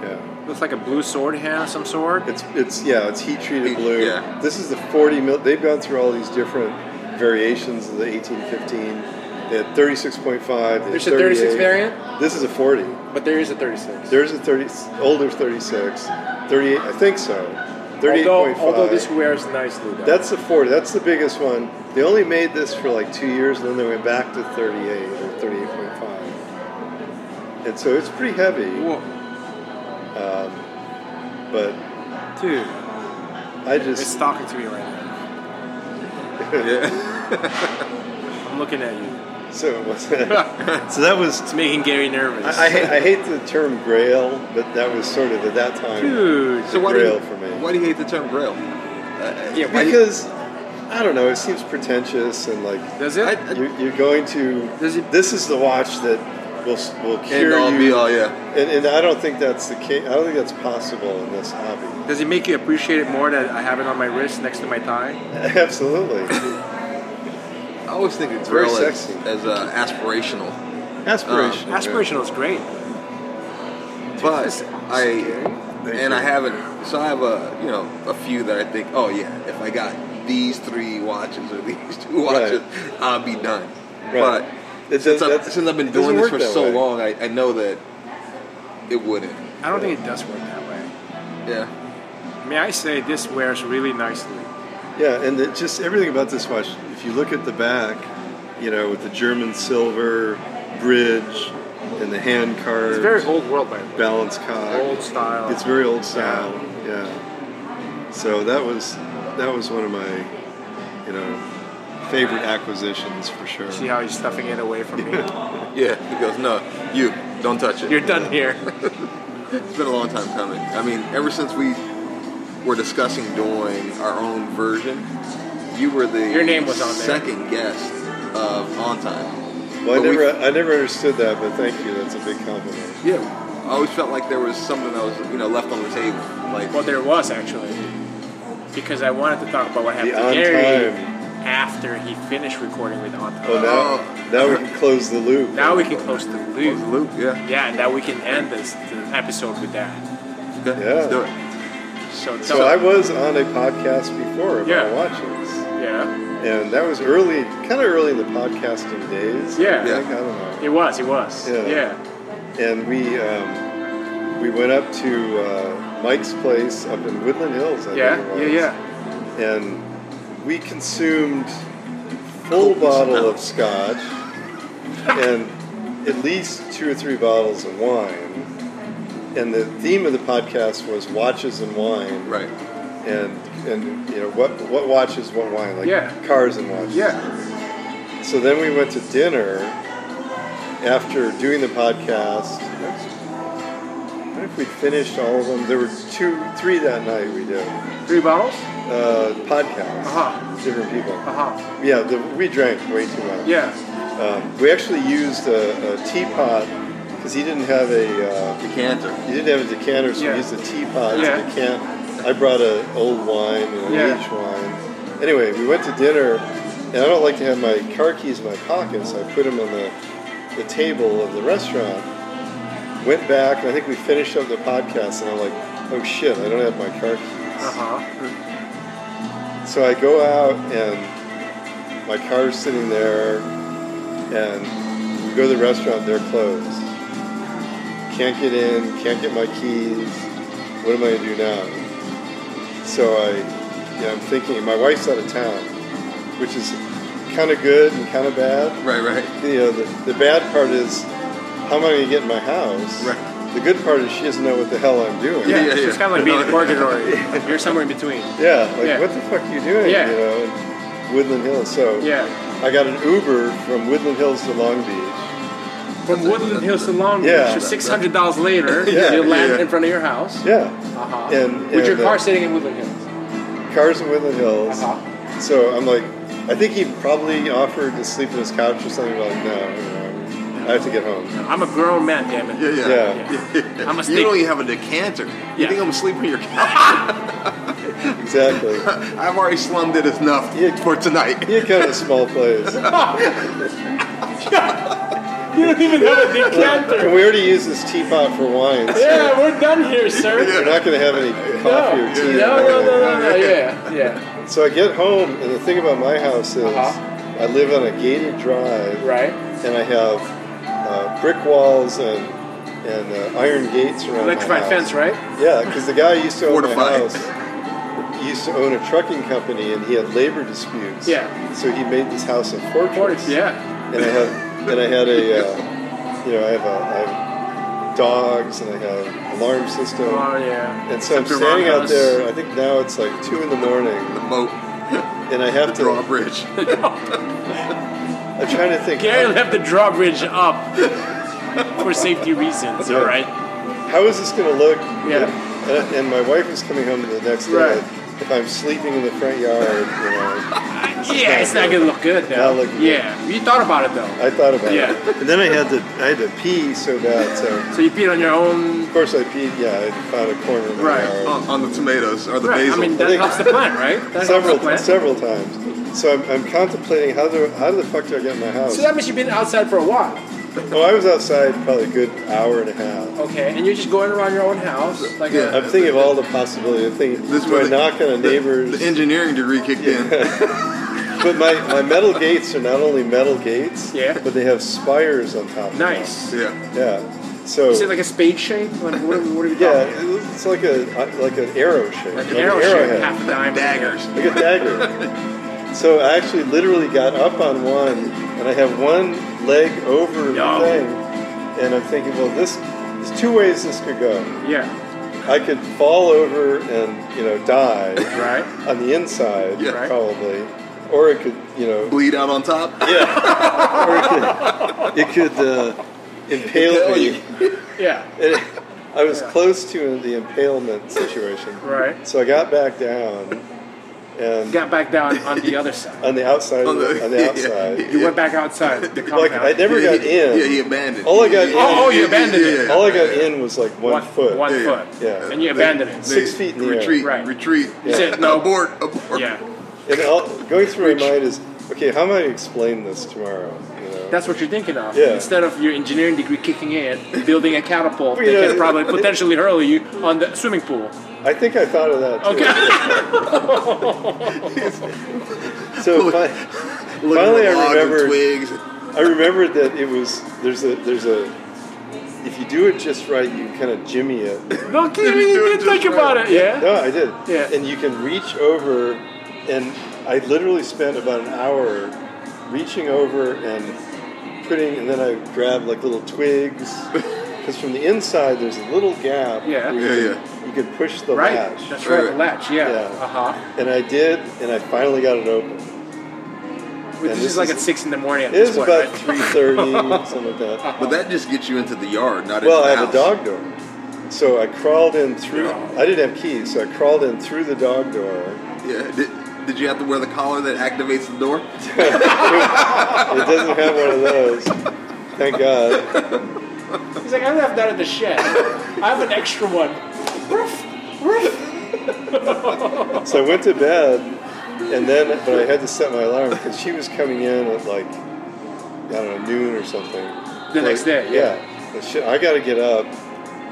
Speaker 4: Yeah.
Speaker 3: Looks like a blue sword hand of some sort.
Speaker 4: It's it's yeah, it's heat treated
Speaker 2: Heat-
Speaker 4: blue.
Speaker 2: yeah.
Speaker 4: This is the 40 mil. They've gone through all these different variations of the 1815. They had 36.5. they had
Speaker 3: There's a 36
Speaker 4: 38.
Speaker 3: variant?
Speaker 4: This is a 40.
Speaker 3: But there is a 36.
Speaker 4: There's a 30 older 36, 38. I think so. 38.5.
Speaker 3: although, although this wears nicely, though.
Speaker 4: That's the 40. That's the biggest one. They only made this for like two years, and then they went back to 38 or 38.5. And so it's pretty heavy,
Speaker 3: Whoa,
Speaker 4: but
Speaker 3: dude.
Speaker 4: I
Speaker 3: It's
Speaker 4: just
Speaker 3: talking to me right now.
Speaker 2: Yeah.
Speaker 3: I'm looking at you.
Speaker 4: so it was so that was
Speaker 3: It's making Gary nervous.
Speaker 4: I, I, hate, I hate the term grail, but that was sort of at that time.
Speaker 3: Dude.
Speaker 2: So why do you
Speaker 4: Grail for me.
Speaker 2: why do you hate the term grail?
Speaker 3: Yeah, why do you-
Speaker 4: Because I don't know, it seems pretentious and like
Speaker 3: does it?
Speaker 2: I-
Speaker 4: you're, you're going to.
Speaker 3: Does it-
Speaker 4: This is the watch that will s- will
Speaker 2: End
Speaker 4: cure
Speaker 2: all
Speaker 4: you.
Speaker 2: be all, yeah.
Speaker 4: And, and I don't think that's the case. I don't think that's possible in this hobby.
Speaker 3: does it make you appreciate it more that I have it on my wrist next to my thigh?
Speaker 4: Absolutely,
Speaker 2: I always think of
Speaker 4: very
Speaker 2: grail as,
Speaker 4: sexy.
Speaker 2: as uh, aspirational. Um,
Speaker 4: aspirational. yeah.
Speaker 3: Aspirational is great.
Speaker 2: But I
Speaker 4: Thank
Speaker 2: and
Speaker 4: you.
Speaker 2: I haven't. So I have a you know a few that I think, oh yeah, if I got these three watches or these two watches, I'll be done. But
Speaker 4: It
Speaker 2: since,
Speaker 4: does-
Speaker 2: I've,
Speaker 4: that's-
Speaker 2: since I've been
Speaker 4: it doesn't
Speaker 2: doing this
Speaker 4: work
Speaker 2: for
Speaker 4: that
Speaker 2: so
Speaker 4: way.
Speaker 2: long, I, I know that it wouldn't.
Speaker 3: I don't think it does work that way.
Speaker 2: Yeah,
Speaker 3: May I say this wears really nicely.
Speaker 4: Yeah, and it just everything about this watch. If you look at the back, you know, with the German silver bridge and the hand carved
Speaker 3: It's very old world by the way.
Speaker 4: balance cock.
Speaker 3: Old style.
Speaker 4: It's very old style. Yeah. So that was that was one of my, you know, favorite acquisitions for sure.
Speaker 3: See how he's stuffing it away from me.
Speaker 2: yeah. He goes, no, you don't touch it.
Speaker 3: You're done here.
Speaker 2: It's been a long time coming. I mean, ever since we were discussing doing our own version, you were the
Speaker 3: Your name was on there.
Speaker 2: second guest of On Time.
Speaker 4: Well, I
Speaker 2: But we-
Speaker 4: never I never understood that, but thank you. That's a big compliment.
Speaker 2: Yeah, I always felt like there was something that was you know left on the table. Like
Speaker 3: Well, there was actually, because I wanted to talk about what happened
Speaker 4: The
Speaker 3: to
Speaker 4: on
Speaker 3: Gary
Speaker 4: time.
Speaker 3: after he finished recording with On Time.
Speaker 4: Well, Oh, now now we can close the loop.
Speaker 3: now we can close the
Speaker 2: Close
Speaker 3: loop.
Speaker 2: the loop, yeah.
Speaker 3: Yeah, and now we can end this the episode with that.
Speaker 2: Okay,
Speaker 4: Yeah.
Speaker 2: Let's do it.
Speaker 3: So,
Speaker 4: So I was on a podcast before about
Speaker 3: Yeah.
Speaker 4: watches,
Speaker 3: yeah,
Speaker 4: and that was early, kind of early in the podcasting days.
Speaker 3: Yeah.
Speaker 4: I, think,
Speaker 2: Yeah.
Speaker 4: I don't
Speaker 3: it was, it was.
Speaker 4: Yeah.
Speaker 3: Yeah,
Speaker 4: know. And we um, we went up to uh, Mike's place up in Woodland Hills. I
Speaker 3: yeah,
Speaker 4: think
Speaker 3: yeah,
Speaker 4: it was.
Speaker 3: yeah.
Speaker 4: and we consumed full bottle of scotch and at least two or three bottles of wine. And the theme of the podcast was watches and wine,
Speaker 2: Right.
Speaker 4: And and you know what what watches, what wine, like
Speaker 3: Yeah.
Speaker 4: cars and watches.
Speaker 3: Yeah.
Speaker 4: So then we went to dinner after doing the podcast. What if we finished all of them? There were two, three that night we did
Speaker 3: Three bottles?
Speaker 4: uh, podcasts,
Speaker 3: Uh-huh.
Speaker 4: different people.
Speaker 3: Uh huh.
Speaker 4: Yeah, the, we drank way too much.
Speaker 3: Yeah.
Speaker 4: Um, we actually used a, a teapot because he didn't have a uh,
Speaker 2: Decanter.
Speaker 4: he didn't have a decanter, so
Speaker 3: Yeah.
Speaker 4: we used a teapot
Speaker 3: Yeah.
Speaker 4: to decant. I brought an old wine and an
Speaker 3: Yeah.
Speaker 4: aged wine. Anyway, we went to dinner, and I don't like to have my car keys in my pocket, so I put them on the the table of the restaurant. Went back, and I think we finished up the podcast, and I'm like, oh shit, I don't have my car keys.
Speaker 3: Uh huh.
Speaker 4: So I go out and my car's sitting there and we go to the restaurant, they're closed. Can't get in, can't get my keys. What am I gonna do now? So I yeah, I'm thinking my wife's out of town, which is kinda good and kinda bad.
Speaker 2: Right, right.
Speaker 4: You know, the, uh, the bad part is how am I gonna get in my house?
Speaker 2: Right.
Speaker 4: The good part is she doesn't know what the hell I'm doing.
Speaker 3: Yeah,
Speaker 2: Yeah, yeah,
Speaker 3: so it's
Speaker 2: yeah.
Speaker 3: kind of like being in
Speaker 2: No.
Speaker 3: purgatory. You're somewhere in between.
Speaker 4: Yeah, like
Speaker 3: Yeah.
Speaker 4: what the fuck are you doing?
Speaker 3: Yeah.
Speaker 4: You know, in Woodland Hills. So
Speaker 3: Yeah.
Speaker 4: I got an Uber from Woodland Hills to Long Beach.
Speaker 3: From Woodland Hills to Long Beach,
Speaker 4: Yeah.
Speaker 3: you're six hundred dollars later,
Speaker 4: Yeah,
Speaker 3: you land
Speaker 2: yeah.
Speaker 3: in front of your house.
Speaker 4: Yeah,
Speaker 3: Uh-huh.
Speaker 4: And-
Speaker 3: with your
Speaker 4: and, uh,
Speaker 3: car sitting in Woodland Hills.
Speaker 4: cars in Woodland Hills.
Speaker 3: Uh-huh.
Speaker 4: So I'm like, I think he probably offered to sleep on his couch or something. But like, no, no, I have to get home.
Speaker 3: I'm a grown man, damn it.
Speaker 2: Yeah, yeah.
Speaker 4: Yeah.
Speaker 3: I'm a
Speaker 2: You
Speaker 3: snake.
Speaker 2: don't even have a decanter. You
Speaker 3: Yeah.
Speaker 2: think I'm sleeping on your couch?
Speaker 4: exactly.
Speaker 2: I've already slummed it enough
Speaker 4: Yeah.
Speaker 2: for tonight.
Speaker 4: He had kind of a small place.
Speaker 3: You don't even have a
Speaker 4: And
Speaker 3: decanter.
Speaker 4: we already used this teapot for wine. So
Speaker 3: yeah, we're done here, sir.
Speaker 4: We're not going to have any coffee or tea.
Speaker 3: No,
Speaker 4: or
Speaker 3: no, no,
Speaker 4: anything.
Speaker 3: no, no, yeah, yeah,
Speaker 4: So I get home, and the thing about my house is
Speaker 3: Uh-huh.
Speaker 4: I live on a gated drive.
Speaker 3: right.
Speaker 4: and I have uh, brick walls and and uh, iron gates around my
Speaker 3: Electrified
Speaker 4: house.
Speaker 3: fence, right?
Speaker 4: Yeah, because the guy who used to own my
Speaker 2: Fortified.
Speaker 4: house. he used to own a trucking company, and he had labor disputes.
Speaker 3: Yeah.
Speaker 4: So he made this house a fortress.
Speaker 3: Or, yeah,
Speaker 4: And I had and I had a uh, you know I have a I have dogs and I have alarm system.
Speaker 3: Oh yeah.
Speaker 4: And so I'm
Speaker 3: Except the
Speaker 4: standing out
Speaker 3: Romulus.
Speaker 4: there. I think now it's like two in the morning,
Speaker 2: The moat,
Speaker 4: and I have to.
Speaker 2: drawbridge.
Speaker 4: I'm trying to think.
Speaker 3: Gary left the drawbridge up for safety reasons.
Speaker 4: Yeah.
Speaker 3: All right.
Speaker 4: How is this going to look? Uh,
Speaker 3: Yeah.
Speaker 4: And, and my wife is coming home the next day.
Speaker 3: Right.
Speaker 4: If I'm sleeping in the front yard, you know,
Speaker 3: Yeah, it's not gonna look good though.
Speaker 4: Not looking good.
Speaker 3: yeah, you thought about it though.
Speaker 4: I thought about
Speaker 3: Yeah.
Speaker 4: it. And then I had to, I had to pee so bad. So
Speaker 3: So you peed on your own.
Speaker 4: of course I peed. Yeah, I found a corner of my
Speaker 3: Right.
Speaker 4: yard.
Speaker 2: on, on the tomatoes or the
Speaker 3: Right. I
Speaker 2: basil.
Speaker 3: mean, that
Speaker 4: think-
Speaker 3: helps the plant, right? That helps the
Speaker 4: several,
Speaker 3: plant.
Speaker 4: several times. So I'm, I'm contemplating how do, how the fuck do I get in my house?
Speaker 3: So that means you've been outside for a while.
Speaker 4: Oh, I was outside probably a good hour and a half.
Speaker 3: Okay, and you're just going around your own house, like
Speaker 2: Yeah.
Speaker 4: I'm thinking of all the possibilities. I'm thinking,
Speaker 2: This
Speaker 4: do I
Speaker 2: was
Speaker 4: knock on a neighbor's?
Speaker 2: The, engineering degree kicked in.
Speaker 4: But my, my metal gates are not only metal gates,
Speaker 3: Yeah.
Speaker 4: but they have spires on top.
Speaker 3: a
Speaker 4: of
Speaker 3: nice.
Speaker 2: Yeah.
Speaker 4: them. Yeah. So
Speaker 3: Is it like a spade shape? Like, what, are- what are we
Speaker 4: yeah,
Speaker 3: talking?
Speaker 4: it- it's like a uh, like an arrow shape,
Speaker 3: Like
Speaker 4: like
Speaker 3: an arrow shape,
Speaker 4: arrowhead,
Speaker 3: half a diamond.
Speaker 2: Daggers.
Speaker 4: like a dagger. so I actually literally got up on one, and I have one leg over
Speaker 3: No.
Speaker 4: the thing, and I'm thinking, well, this there's two ways this could go.
Speaker 3: Yeah.
Speaker 4: I could fall over and you know die
Speaker 3: Right.
Speaker 4: on the inside,
Speaker 2: Yeah. Right.
Speaker 4: probably, or it could you know
Speaker 2: Bleed out on top.
Speaker 4: Yeah. or it could, it could uh, impale
Speaker 2: Impale
Speaker 4: me.
Speaker 3: Yeah.
Speaker 4: It- I was
Speaker 3: Yeah.
Speaker 4: close to the impalement situation.
Speaker 3: Right.
Speaker 4: So I got back down and
Speaker 3: Got back down on the other side.
Speaker 4: on the outside,
Speaker 2: On
Speaker 4: on
Speaker 2: the-
Speaker 4: the,
Speaker 2: yeah.
Speaker 4: outside.
Speaker 3: You went back outside the compound.
Speaker 4: Like I never
Speaker 2: Yeah,
Speaker 4: got
Speaker 2: he,
Speaker 4: in.
Speaker 2: Yeah, he abandoned.
Speaker 4: All I got
Speaker 2: Yeah,
Speaker 4: in-
Speaker 2: yeah,
Speaker 3: Oh, oh, you
Speaker 2: yeah,
Speaker 3: abandoned it.
Speaker 4: All I got in was like one,
Speaker 3: one
Speaker 4: foot.
Speaker 3: One
Speaker 2: Yeah.
Speaker 3: foot.
Speaker 4: Yeah.
Speaker 3: And you abandoned it.
Speaker 4: They- Six feet in the air.
Speaker 2: retreat,
Speaker 3: Right.
Speaker 2: Retreat.
Speaker 3: You said no.
Speaker 2: Abort. Abort.
Speaker 3: yeah.
Speaker 4: And all, going through my mind is, okay, how am I going to explain this tomorrow? You know?
Speaker 3: That's what you're thinking of.
Speaker 4: Yeah.
Speaker 3: Instead of your engineering degree kicking in, building a catapult
Speaker 4: Well,
Speaker 3: that
Speaker 4: you know,
Speaker 3: can probably potentially hurl you on the swimming pool.
Speaker 4: I think I thought of that. Too.
Speaker 3: Okay.
Speaker 4: So fi-
Speaker 2: Looking
Speaker 4: Finally,
Speaker 2: at
Speaker 4: I
Speaker 2: logs and
Speaker 4: remembered-
Speaker 2: Twigs.
Speaker 4: I remembered that it was there's a there's a if you do it just right, you kind of jimmy it.
Speaker 3: No
Speaker 2: Didn't
Speaker 3: kidding.
Speaker 2: do
Speaker 3: You
Speaker 2: it
Speaker 3: didn't think
Speaker 2: just
Speaker 3: about
Speaker 2: right.
Speaker 3: it. Yeah.
Speaker 4: No, I did.
Speaker 3: Yeah.
Speaker 4: And you can reach over, and I literally spent about an hour reaching over and putting, and then I grabbed like little twigs because from the inside there's a little gap.
Speaker 3: Yeah.
Speaker 4: where you,
Speaker 2: Yeah,
Speaker 4: can, you can push the
Speaker 3: Right.
Speaker 4: latch.
Speaker 3: That's right. The
Speaker 2: Right.
Speaker 3: latch. Yeah.
Speaker 4: Yeah.
Speaker 3: Uh huh.
Speaker 4: And I did, and I finally got it open.
Speaker 3: This
Speaker 4: this
Speaker 3: is like
Speaker 4: is-
Speaker 3: at six in the morning at
Speaker 4: It
Speaker 3: this point.
Speaker 4: was about
Speaker 3: right?
Speaker 4: three thirty, something like that.
Speaker 2: But that just gets you into the yard, not
Speaker 4: Well, I
Speaker 2: into
Speaker 4: have a
Speaker 2: the house.
Speaker 4: dog door. So I crawled in through.
Speaker 2: Yeah.
Speaker 4: I didn't have keys, so I crawled in through the dog door.
Speaker 2: Yeah. Did, did you have to wear the collar that activates the door?
Speaker 4: It doesn't have one of those. Thank God.
Speaker 3: He's like, I left that in the shed. I have an extra one. Ruff, ruff.
Speaker 4: So I went to bed, and then but I had to set my alarm because she was coming in at like I don't know noon or something.
Speaker 3: The next day, yeah.
Speaker 4: yeah. And shit, I got to get up,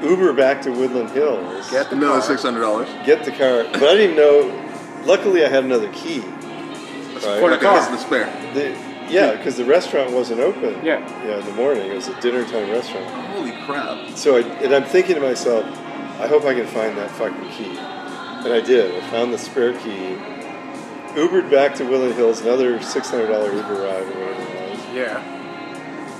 Speaker 4: Uber back to Woodland Hills,
Speaker 3: Get the
Speaker 2: Another
Speaker 3: car.
Speaker 2: six hundred dollars.
Speaker 4: get the car. But I didn't know. Luckily, I had another key. Right?
Speaker 3: For the car.
Speaker 2: the spare.
Speaker 4: The, yeah, because the restaurant wasn't open.
Speaker 3: Yeah.
Speaker 4: Yeah, in the morning. It was a dinner time restaurant.
Speaker 2: Holy crap!
Speaker 4: So I, and I'm thinking to myself, I hope I can find that fucking key. And I did. I found the spare key. Ubered back to Willow Hills, another $600 Uber ride or whatever it was.
Speaker 3: Yeah.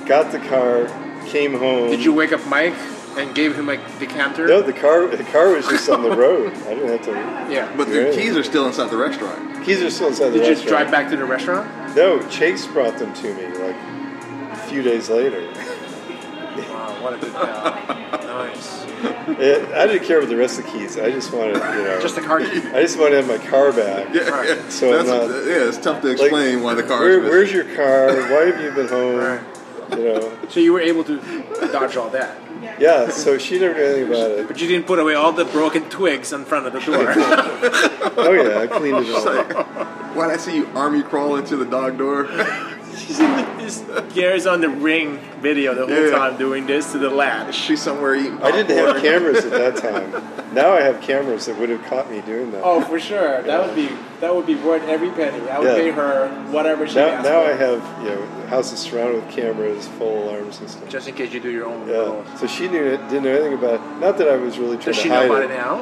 Speaker 4: Got the car, came home.
Speaker 3: Did you wake up Mike and gave him a decanter?
Speaker 4: No, the car. The car was just on the road. I didn't have to.
Speaker 3: Yeah.
Speaker 2: But the
Speaker 4: Yeah.
Speaker 2: keys are still inside the restaurant.
Speaker 4: Keys are still inside the
Speaker 3: Did you just drive
Speaker 4: restaurant.
Speaker 3: back to the restaurant?
Speaker 4: No, Chase brought them to me like a few days later.
Speaker 3: Wow, what a good guy. nice.
Speaker 4: It, I didn't care about the rest of the keys. I just wanted, you know,
Speaker 3: Just the car key.
Speaker 4: I just want to have my car back.
Speaker 2: Yeah,
Speaker 3: Right.
Speaker 2: yeah.
Speaker 4: So
Speaker 2: That's
Speaker 4: I'm
Speaker 2: a-
Speaker 4: not-
Speaker 2: yeah, it's tough to
Speaker 4: Like,
Speaker 2: explain why the car.
Speaker 4: where-
Speaker 2: is missing.
Speaker 4: Where's your car? Why have you been home?
Speaker 3: Right.
Speaker 4: You know.
Speaker 3: So you were able to dodge all that.
Speaker 4: Yeah. So she never did anything about it.
Speaker 3: But you didn't put away all the broken twigs in front of the door.
Speaker 4: Oh yeah, I cleaned it all. up.
Speaker 2: Why'd I see you army crawl into the dog door?
Speaker 3: This- Gary's on the ring video the whole
Speaker 2: Yeah.
Speaker 3: time doing this to the latch.
Speaker 2: She's somewhere eating.
Speaker 4: I didn't
Speaker 2: popcorn.
Speaker 4: have cameras at that time. Now I have cameras that would have caught me doing that.
Speaker 3: Oh, for sure. That would be that would be worth every penny. I would
Speaker 4: Yeah.
Speaker 3: pay her whatever she
Speaker 4: Now,
Speaker 3: asked
Speaker 4: now I
Speaker 3: for.
Speaker 4: have you know the house is surrounded with cameras, full alarm system.
Speaker 3: Just in case you do your own.
Speaker 4: Yeah.
Speaker 3: little-
Speaker 4: So she knew it, didn't know anything about it. Not that I was really trying
Speaker 3: Does
Speaker 4: to
Speaker 3: she know
Speaker 4: hide
Speaker 3: about it
Speaker 4: it.
Speaker 3: now?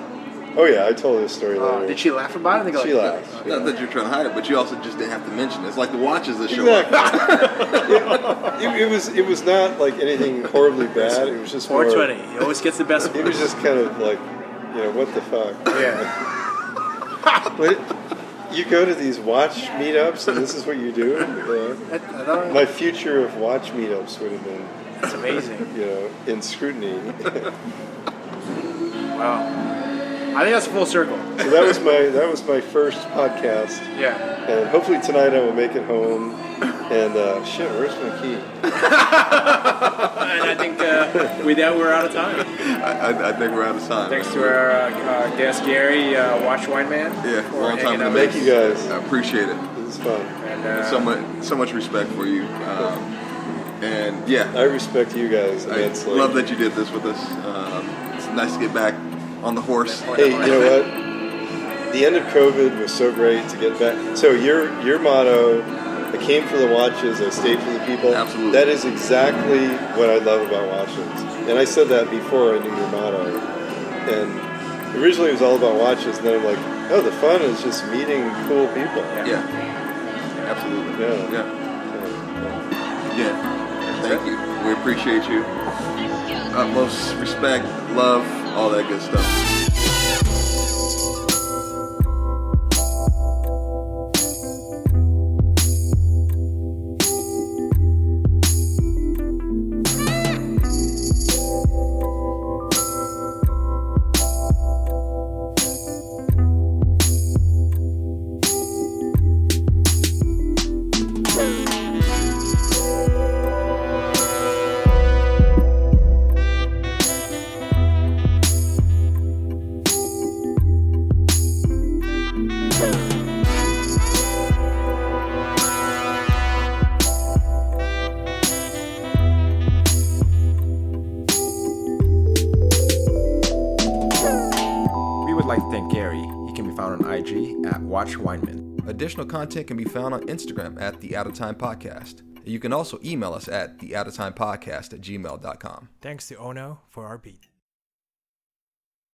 Speaker 4: Oh yeah, I told this story
Speaker 3: Uh,
Speaker 4: later.
Speaker 3: did she laugh about it? They go
Speaker 4: She
Speaker 3: like,
Speaker 4: laughed.
Speaker 2: Not that you're trying to hide it, but you also just didn't have to mention it. It's like the watches that show up.
Speaker 4: Exactly. it, it was it was not like anything horribly bad. It was just more,
Speaker 3: 420. He always gets the best
Speaker 4: It
Speaker 3: one.
Speaker 4: was just kind of like, you know, what the fuck.
Speaker 3: yeah.
Speaker 4: But you go to these watch meetups, and this is what you do. you know?
Speaker 3: That, I thought
Speaker 4: My future of watch meetups would have been,
Speaker 3: that's amazing.
Speaker 4: you know, in scrutiny.
Speaker 3: Wow. I think that's full circle.
Speaker 4: so that was my that was my first podcast.
Speaker 3: Yeah.
Speaker 4: And hopefully tonight I will make it home. And uh, shit, where's my key?
Speaker 3: And I think uh, with that, we're out of time.
Speaker 2: I, I, I think we're out of time.
Speaker 3: Thanks to our uh, uh, guest, Gary, uh, Watch Wine Man.
Speaker 2: Yeah,
Speaker 3: for
Speaker 2: long time
Speaker 3: hanging
Speaker 2: in the
Speaker 3: out with
Speaker 4: Thank you guys.
Speaker 2: I appreciate it.
Speaker 4: This is fun.
Speaker 3: us. And, uh,
Speaker 2: So much, so much respect for you. Um, and yeah,
Speaker 4: I respect you guys
Speaker 2: I
Speaker 4: immensely.
Speaker 2: love that you did this with us. Um, it's nice to get back on the horse.
Speaker 4: Hey, you know what? The end of COVID was so great to get back. So your your motto, I came for the watches, I stayed for the people.
Speaker 2: Absolutely.
Speaker 4: That is exactly what I love about watches. And I said that before I knew your motto. And originally it was all about watches, and then I'm like, oh, the fun is just meeting cool people.
Speaker 2: Yeah, absolutely.
Speaker 4: Yeah.
Speaker 2: yeah.
Speaker 4: So,
Speaker 2: Yeah. Thank you. We appreciate you. Utmost respect, love, all that good stuff.
Speaker 5: We would like to thank Gary. He can be found on IG at Watch Weinman.
Speaker 2: Additional content can be found on Instagram at The Out of Time Podcast. You can also email us at The Out of Time Podcast at gmail.com.
Speaker 1: Thanks to Ono for our beat.